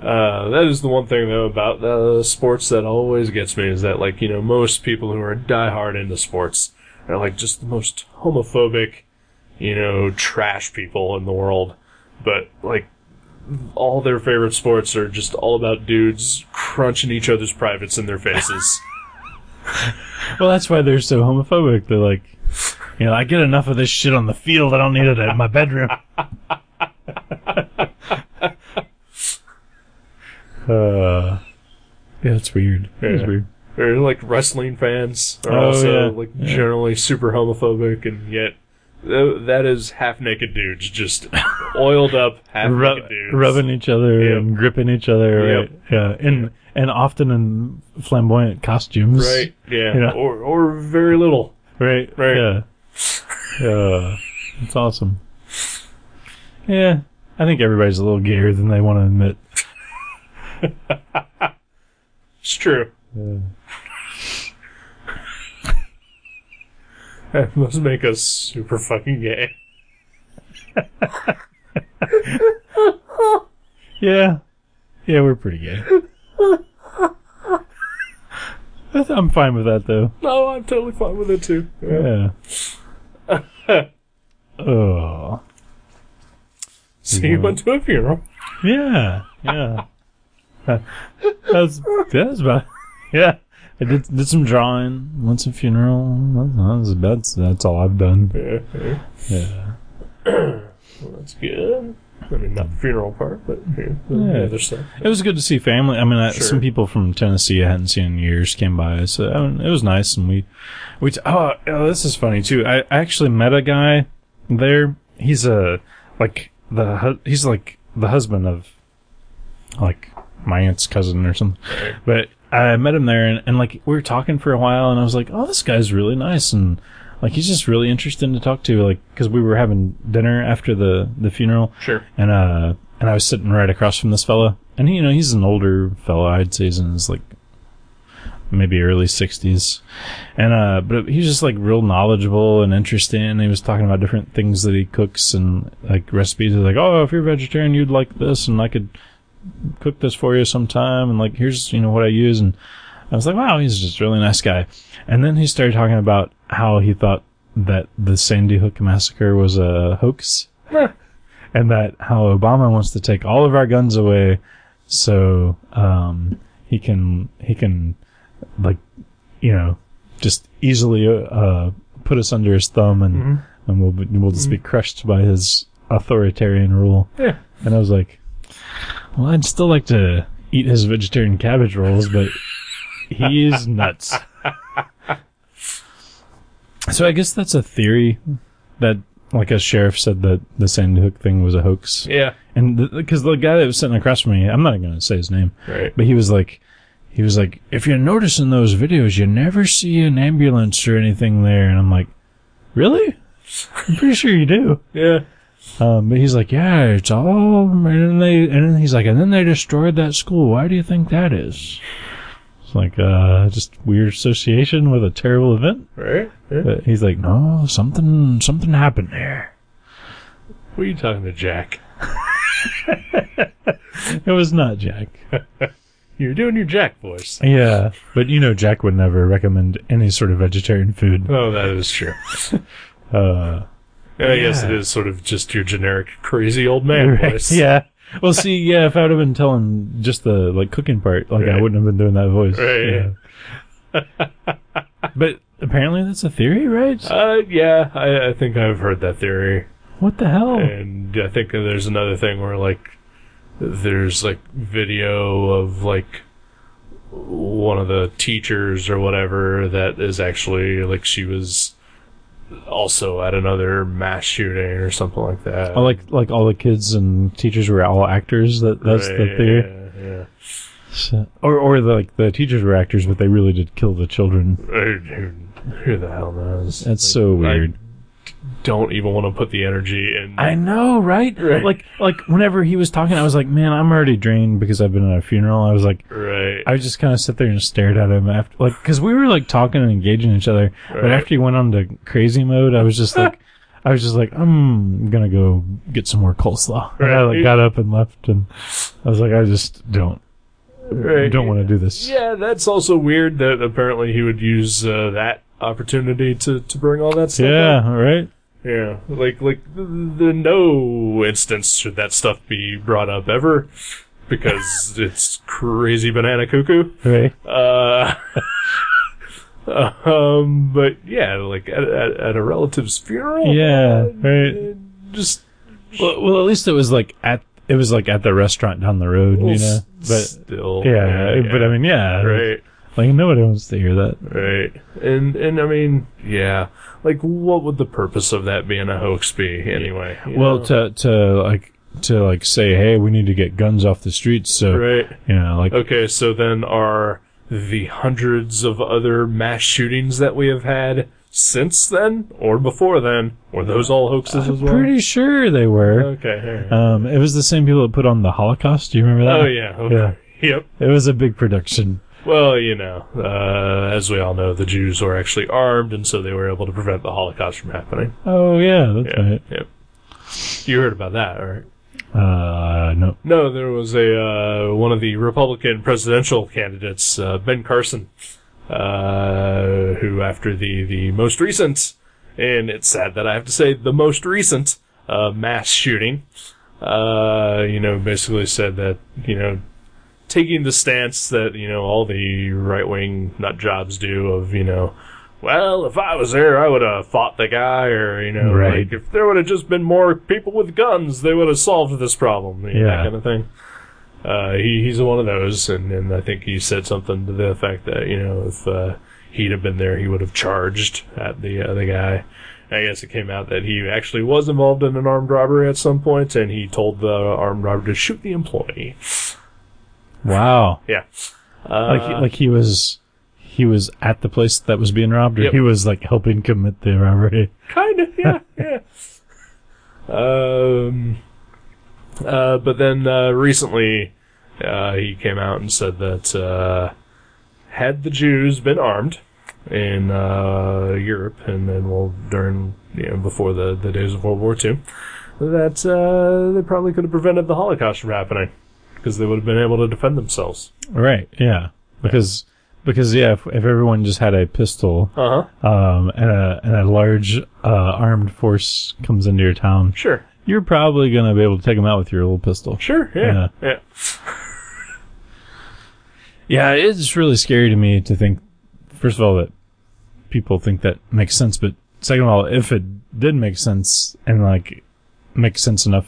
[SPEAKER 1] that is the one thing though about uh, sports that always gets me is that like you know most people who are diehard into sports are like just the most homophobic, you know, trash people in the world, but like all their favorite sports are just all about dudes crunching each other's privates in their faces.
[SPEAKER 2] Well, that's why they're so homophobic. They're like, you know, I get enough of this shit on the field. I don't need it at
[SPEAKER 1] [LAUGHS]
[SPEAKER 2] my bedroom. uh, yeah, that's weird. That's
[SPEAKER 1] Yeah.
[SPEAKER 2] weird.
[SPEAKER 1] or like wrestling fans are
[SPEAKER 2] Oh,
[SPEAKER 1] also
[SPEAKER 2] yeah.
[SPEAKER 1] like
[SPEAKER 2] Yeah.
[SPEAKER 1] generally super homophobic, and yet th- that is half naked dudes just oiled up half
[SPEAKER 2] Rub,
[SPEAKER 1] naked dudes
[SPEAKER 2] rubbing each other
[SPEAKER 1] Yep.
[SPEAKER 2] and gripping each other.
[SPEAKER 1] Yep.
[SPEAKER 2] Right? Yeah, and and often in flamboyant costumes.
[SPEAKER 1] Right. Yeah.
[SPEAKER 2] You know?
[SPEAKER 1] Or or very little.
[SPEAKER 2] Right.
[SPEAKER 1] Right.
[SPEAKER 2] Yeah. Yeah. It's awesome. Yeah. I think everybody's a little gayer than they want to admit.
[SPEAKER 1] It's true. that must make us super fucking gay.
[SPEAKER 2] Yeah. Yeah, we're pretty gay. That's- I'm fine with that though.
[SPEAKER 1] No, I'm totally fine with it too. Yeah.
[SPEAKER 2] Yeah. oh.
[SPEAKER 1] So you went to a funeral.
[SPEAKER 2] Yeah. Yeah. That's that's about yeah. I did did some drawing, went to funeral. That's, that's that's all I've done.
[SPEAKER 1] Yeah. yeah.
[SPEAKER 2] Yeah.
[SPEAKER 1] Well, that's good. I mean, not the funeral part, but yeah,
[SPEAKER 2] Yeah.
[SPEAKER 1] the other stuff.
[SPEAKER 2] It was good to see family. I mean, I,
[SPEAKER 1] Sure.
[SPEAKER 2] some people from Tennessee I hadn't seen in years came by, so I mean, it was nice. And we, we t- oh, oh, this is funny too. I, I actually met a guy there. He's a like the hu- he's like the husband of like my aunt's cousin or something. But I met him there, and, and like we were talking for a while, and I was like, oh, this guy's really nice, and like he's just really interesting to talk to, like because we were having dinner after the the funeral,
[SPEAKER 1] Sure.
[SPEAKER 2] and uh and I was sitting right across from this fella, and he, you know he's an older fella. I'd say he's in his like maybe early sixties, and uh but he was just like real knowledgeable and interesting. He was talking about different things that he cooks and like recipes. He's like, oh, if you're vegetarian, you'd like this, and I could cook this for you sometime, and like here's you know what I use, and I was like, wow, he's just a really nice guy. And then he started talking about how he thought that the Sandy Hook massacre was a hoax and that how Obama wants to take all of our guns away, so um, he can he can like you know just easily uh, put us under his thumb and and we'll be, we'll just be crushed by his authoritarian rule.
[SPEAKER 1] Yeah.
[SPEAKER 2] And I was like, well, I'd still like to eat his vegetarian cabbage rolls, but he is nuts. so I guess that's a theory that. Like a sheriff said that the Sandy Hook thing was a hoax.
[SPEAKER 1] Yeah.
[SPEAKER 2] And because the, guy that was sitting across from me, I'm not going to say his name,
[SPEAKER 1] Right.
[SPEAKER 2] but he was like, he was like, if you notice in those videos, you never see an ambulance or anything there. And I'm like, really? I'm pretty sure you do.
[SPEAKER 1] Yeah.
[SPEAKER 2] Um, but he's like, yeah, it's all, and then they, and then he's like, and then they destroyed that school. Why do you think that is? It's like, uh, just weird association with a terrible event.
[SPEAKER 1] Right. Yeah.
[SPEAKER 2] But he's like, no, something, something happened there.
[SPEAKER 1] What are you talking to, Jack?
[SPEAKER 2] It was not Jack.
[SPEAKER 1] You're doing your Jack voice.
[SPEAKER 2] Yeah, but you know, Jack would never recommend any sort of vegetarian food.
[SPEAKER 1] Oh, that is true.
[SPEAKER 2] [LAUGHS] Uh,
[SPEAKER 1] I guess it is sort of just your generic crazy old
[SPEAKER 2] [LAUGHS]
[SPEAKER 1] man voice.
[SPEAKER 2] yeah. Well, see, yeah, if I would have been telling just the like cooking part, like I
[SPEAKER 1] Right.
[SPEAKER 2] wouldn't have been doing that voice.
[SPEAKER 1] Right, [LAUGHS]
[SPEAKER 2] Yeah. but apparently, that's a theory, right?
[SPEAKER 1] Uh, yeah, I, I think I've heard that theory.
[SPEAKER 2] What the hell?
[SPEAKER 1] And I think there's another thing where like there's like video of like one of the teachers or whatever that is actually like she was also at another mass shooting or something like that.
[SPEAKER 2] Oh, like like all the kids and teachers were all actors. That that's the
[SPEAKER 1] Right,
[SPEAKER 2] theory.
[SPEAKER 1] Yeah, yeah.
[SPEAKER 2] Shit. Or or the, like the teachers were actors, but they really did kill the children.
[SPEAKER 1] Who, who the hell knows?
[SPEAKER 2] That's so
[SPEAKER 1] I
[SPEAKER 2] weird.
[SPEAKER 1] don't even want to put the energy in.
[SPEAKER 2] I know, right?
[SPEAKER 1] Right.
[SPEAKER 2] Like like whenever he was talking, I was like, man, I'm already drained because I've been at a funeral. I was like,
[SPEAKER 1] right.
[SPEAKER 2] I just kind of sit there and stared at him after, like, because we were like talking and engaging each other. But
[SPEAKER 1] Right.
[SPEAKER 2] after he went on to crazy mode, I was just like, I was just like, I'm gonna go get some more coleslaw. And I
[SPEAKER 1] Right.
[SPEAKER 2] like got up and left, and I was like, I just don't,
[SPEAKER 1] Right.
[SPEAKER 2] don't want to do this.
[SPEAKER 1] Yeah, that's also weird that apparently he would use uh, that opportunity to, to bring all that stuff. up.
[SPEAKER 2] Yeah, right.
[SPEAKER 1] yeah. Like like the, the no instance should that stuff be brought up ever,
[SPEAKER 2] [LAUGHS]
[SPEAKER 1] because it's crazy banana cuckoo. [LAUGHS]
[SPEAKER 2] Right.
[SPEAKER 1] Uh, um, but yeah, like at, at, at a relative's funeral.
[SPEAKER 2] Yeah, right.
[SPEAKER 1] Uh, Just
[SPEAKER 2] Well, well, at least it was like at it was like at the restaurant down the road, you know.
[SPEAKER 1] s-
[SPEAKER 2] But
[SPEAKER 1] still,
[SPEAKER 2] yeah, but I mean, yeah,
[SPEAKER 1] right.
[SPEAKER 2] Like nobody wants to hear that.
[SPEAKER 1] Right. And and I mean, yeah. Like what would the purpose of that being a hoax be anyway? you
[SPEAKER 2] Well,
[SPEAKER 1] know?
[SPEAKER 2] to to like to like say, hey, we need to get guns off the streets. So
[SPEAKER 1] right.
[SPEAKER 2] you know, like
[SPEAKER 1] Okay, so then are the hundreds of other mass shootings that we have had since then or before then were those all hoaxes as well?
[SPEAKER 2] pretty sure they were.
[SPEAKER 1] okay. all right.
[SPEAKER 2] Um, it was the same people that put on the Holocaust. Do you remember that?
[SPEAKER 1] oh yeah. Okay. Yep.
[SPEAKER 2] It was a big production.
[SPEAKER 1] Well, you know, uh, as we all know, the Jews were actually armed, and so they were able to prevent the Holocaust from happening.
[SPEAKER 2] Oh yeah, that's
[SPEAKER 1] Yeah.
[SPEAKER 2] right.
[SPEAKER 1] Yep. You heard about that, right?
[SPEAKER 2] Uh, no.
[SPEAKER 1] No, there was a uh, one of the Republican presidential candidates, uh, Ben Carson, uh, who after the the most recent, and it's sad that I have to say the most recent uh, mass shooting, uh, you know, basically said that you know, taking the stance that you know all the right wing nut jobs do of you know. Well, if I was there, I would have fought the guy, or you know,
[SPEAKER 2] Right.
[SPEAKER 1] like, if there would have just been more people with guns, they would have solved this problem. you know,
[SPEAKER 2] Yeah.
[SPEAKER 1] that kind of thing. Uh, he he's one of those, and, and I think he said something to the effect that you know if uh, he'd have been there, he would have charged at the uh, the guy. I guess it came out that he actually was involved in an armed robbery at some point, and he told the armed robber to shoot the employee.
[SPEAKER 2] Wow.
[SPEAKER 1] Yeah,
[SPEAKER 2] like
[SPEAKER 1] Uh,
[SPEAKER 2] he- like he was. He was at the place that was being robbed, or
[SPEAKER 1] Yep.
[SPEAKER 2] he was like helping commit
[SPEAKER 1] [LAUGHS]
[SPEAKER 2] the robbery.
[SPEAKER 1] kind of yeah yeah um uh but then uh recently uh he came out and said that uh had the jews been armed in uh europe and then well during you know before the the days of world war two that uh they probably could have prevented the holocaust from happening because they would have been able to defend themselves
[SPEAKER 2] Right. Yeah. Because because yeah, if, if everyone just had a pistol,
[SPEAKER 1] uh-huh
[SPEAKER 2] um, and a and a large uh, armed force comes into your town,
[SPEAKER 1] sure
[SPEAKER 2] you're probably gonna be able to take them out with your little pistol.
[SPEAKER 1] sure yeah yeah,
[SPEAKER 2] Yeah, it's really scary to me to think. First of all, that people think that makes sense, but second of all, if it did make sense and like make sense enough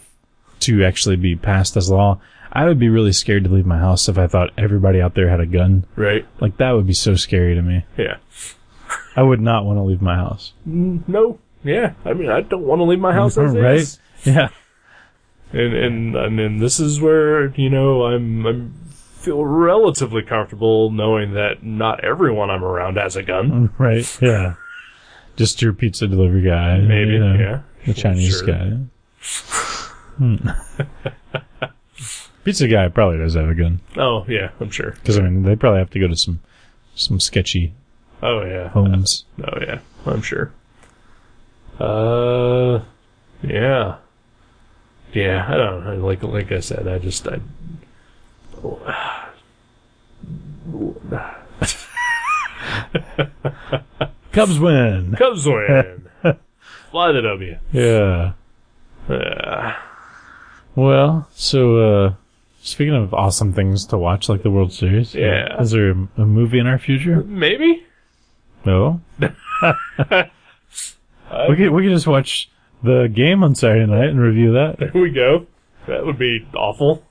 [SPEAKER 2] to actually be passed as law, I would be really scared to leave my house if I thought everybody out there had a gun.
[SPEAKER 1] right
[SPEAKER 2] Like that would be so scary to me.
[SPEAKER 1] yeah
[SPEAKER 2] I would not want to leave my house.
[SPEAKER 1] no yeah i mean i don't want to leave my
[SPEAKER 2] [LAUGHS]
[SPEAKER 1] house as
[SPEAKER 2] right?
[SPEAKER 1] is.
[SPEAKER 2] Yeah. [LAUGHS]
[SPEAKER 1] and and and then this is where you know I'm I'm feel relatively comfortable knowing that not everyone I'm around has a gun.
[SPEAKER 2] Right. Yeah. Just your pizza delivery guy.
[SPEAKER 1] Maybe
[SPEAKER 2] you know,
[SPEAKER 1] yeah,
[SPEAKER 2] The Chinese
[SPEAKER 1] Sure.
[SPEAKER 2] guy. Hmm.
[SPEAKER 1] [LAUGHS]
[SPEAKER 2] pizza guy probably does have a gun
[SPEAKER 1] Oh yeah, I'm sure.
[SPEAKER 2] because I mean they probably have to go to some some sketchy
[SPEAKER 1] Oh yeah,
[SPEAKER 2] homes.
[SPEAKER 1] oh yeah, I'm sure. Uh, yeah, yeah. I don't know. Like like I said, I just I.
[SPEAKER 2] Cubs win.
[SPEAKER 1] Cubs [LAUGHS] win. Fly the W.
[SPEAKER 2] Yeah.
[SPEAKER 1] Uh,
[SPEAKER 2] Well, so uh speaking of awesome things to watch, like the World Series. uh,
[SPEAKER 1] Yeah.
[SPEAKER 2] Is there a, a movie in our future?
[SPEAKER 1] maybe. [LAUGHS]
[SPEAKER 2] No. we could we could just watch the game on Saturday night and review that.
[SPEAKER 1] [LAUGHS] There we go. That would be awful.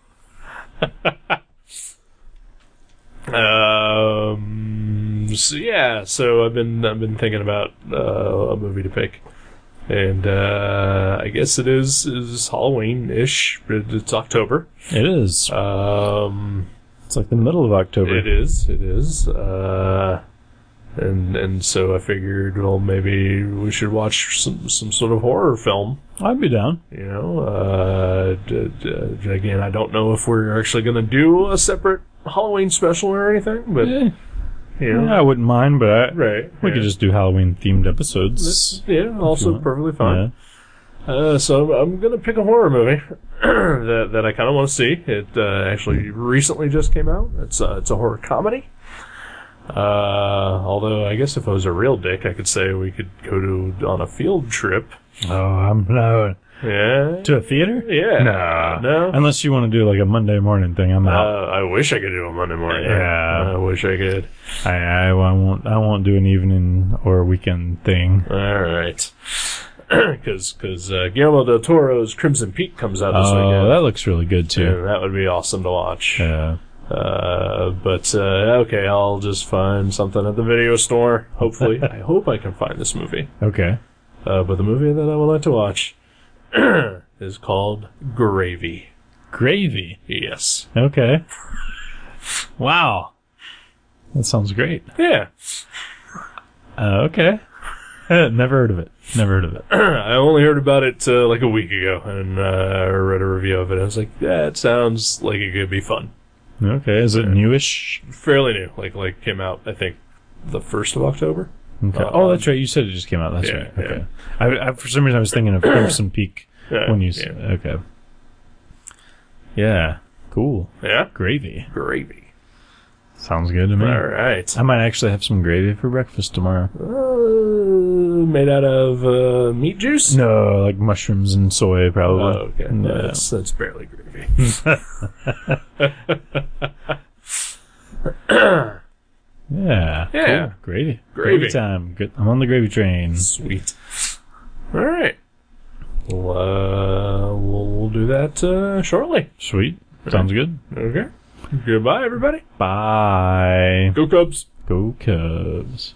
[SPEAKER 1] [LAUGHS] um. So yeah. So I've been I've been thinking about uh, a movie to pick, and uh, I guess it is is Halloween ish. It's October.
[SPEAKER 2] It is.
[SPEAKER 1] Um.
[SPEAKER 2] It's like the middle of October.
[SPEAKER 1] It is. It is. Uh, and and so I figured, well, maybe we should watch some some sort of horror film.
[SPEAKER 2] I'd be down.
[SPEAKER 1] You know, uh, d- d- again, I don't know if we're actually going to do a separate Halloween special or anything, but
[SPEAKER 2] Eh,
[SPEAKER 1] you know,
[SPEAKER 2] yeah, I wouldn't mind, but I,
[SPEAKER 1] right?
[SPEAKER 2] we
[SPEAKER 1] yeah.
[SPEAKER 2] could just do Halloween themed
[SPEAKER 1] That's-
[SPEAKER 2] episodes.
[SPEAKER 1] yeah, also
[SPEAKER 2] want.
[SPEAKER 1] perfectly fine. Uh, so I'm, I'm gonna pick a horror movie [CLEARS THROAT] that that I kind of want to see. It uh, actually recently just came out. It's uh, it's a horror comedy. Uh, although I guess if I was a real dick, I could say we could go to on a field trip.
[SPEAKER 2] Yeah. Oh, I'm no
[SPEAKER 1] Yeah,
[SPEAKER 2] to a theater.
[SPEAKER 1] yeah,
[SPEAKER 2] Nah.
[SPEAKER 1] no.
[SPEAKER 2] Unless you want to do like a Monday morning thing, I'm out.
[SPEAKER 1] Uh, I wish I could do a Monday morning.
[SPEAKER 2] Yeah.
[SPEAKER 1] I wish I could.
[SPEAKER 2] I, I, I won't. I won't do an evening or weekend thing.
[SPEAKER 1] All [CLEARS THROAT] right. Because uh, Guillermo del Toro's Crimson Peak comes out this
[SPEAKER 2] Oh,
[SPEAKER 1] weekend.
[SPEAKER 2] that looks really good too.
[SPEAKER 1] And that would be awesome to watch.
[SPEAKER 2] Yeah.
[SPEAKER 1] Uh, but uh, okay, I'll just find something at the video store.
[SPEAKER 2] [LAUGHS]
[SPEAKER 1] Hopefully, I hope I can find this movie.
[SPEAKER 2] Okay.
[SPEAKER 1] Uh, but the movie that I would like to watch [CLEARS THROAT] is called Gravy.
[SPEAKER 2] Gravy.
[SPEAKER 1] Yes.
[SPEAKER 2] Okay. Wow. That sounds great.
[SPEAKER 1] Yeah.
[SPEAKER 2] Uh, okay. [LAUGHS] Never heard of it. Never heard of it.
[SPEAKER 1] [CLEARS THROAT] I only heard about it uh, like a week ago, and uh, I read a review of it. I was like, that sounds like it could be fun.
[SPEAKER 2] Okay, is it newish?
[SPEAKER 1] Fairly new, like like came out I think the first of October.
[SPEAKER 2] Okay.
[SPEAKER 1] Uh,
[SPEAKER 2] oh, that's right. You said it just came out. That's
[SPEAKER 1] yeah,
[SPEAKER 2] right. Okay. I, I, for some reason, I was thinking of Crimson Peak
[SPEAKER 1] Yeah,
[SPEAKER 2] when you. s
[SPEAKER 1] yeah.
[SPEAKER 2] Okay. Yeah. Cool.
[SPEAKER 1] Yeah,
[SPEAKER 2] Gravy.
[SPEAKER 1] gravy.
[SPEAKER 2] Sounds good to me.
[SPEAKER 1] All right,
[SPEAKER 2] I might actually have some gravy for breakfast tomorrow.
[SPEAKER 1] uh, made out of uh, meat juice.
[SPEAKER 2] No, like mushrooms and soy,
[SPEAKER 1] Oh,
[SPEAKER 2] probably.
[SPEAKER 1] okay,
[SPEAKER 2] Yeah.
[SPEAKER 1] that's that's barely gravy.
[SPEAKER 2] Hmm. Yeah.
[SPEAKER 1] Yeah.
[SPEAKER 2] Cool. Gravy.
[SPEAKER 1] Gravy.
[SPEAKER 2] time. Good. I'm on the gravy train.
[SPEAKER 1] Sweet. All right. Well, uh, we'll, we'll do that uh, shortly.
[SPEAKER 2] Sweet. Sounds good.
[SPEAKER 1] Okay. Goodbye, everybody.
[SPEAKER 2] Bye.
[SPEAKER 1] Go Cubs.
[SPEAKER 2] Go Cubs.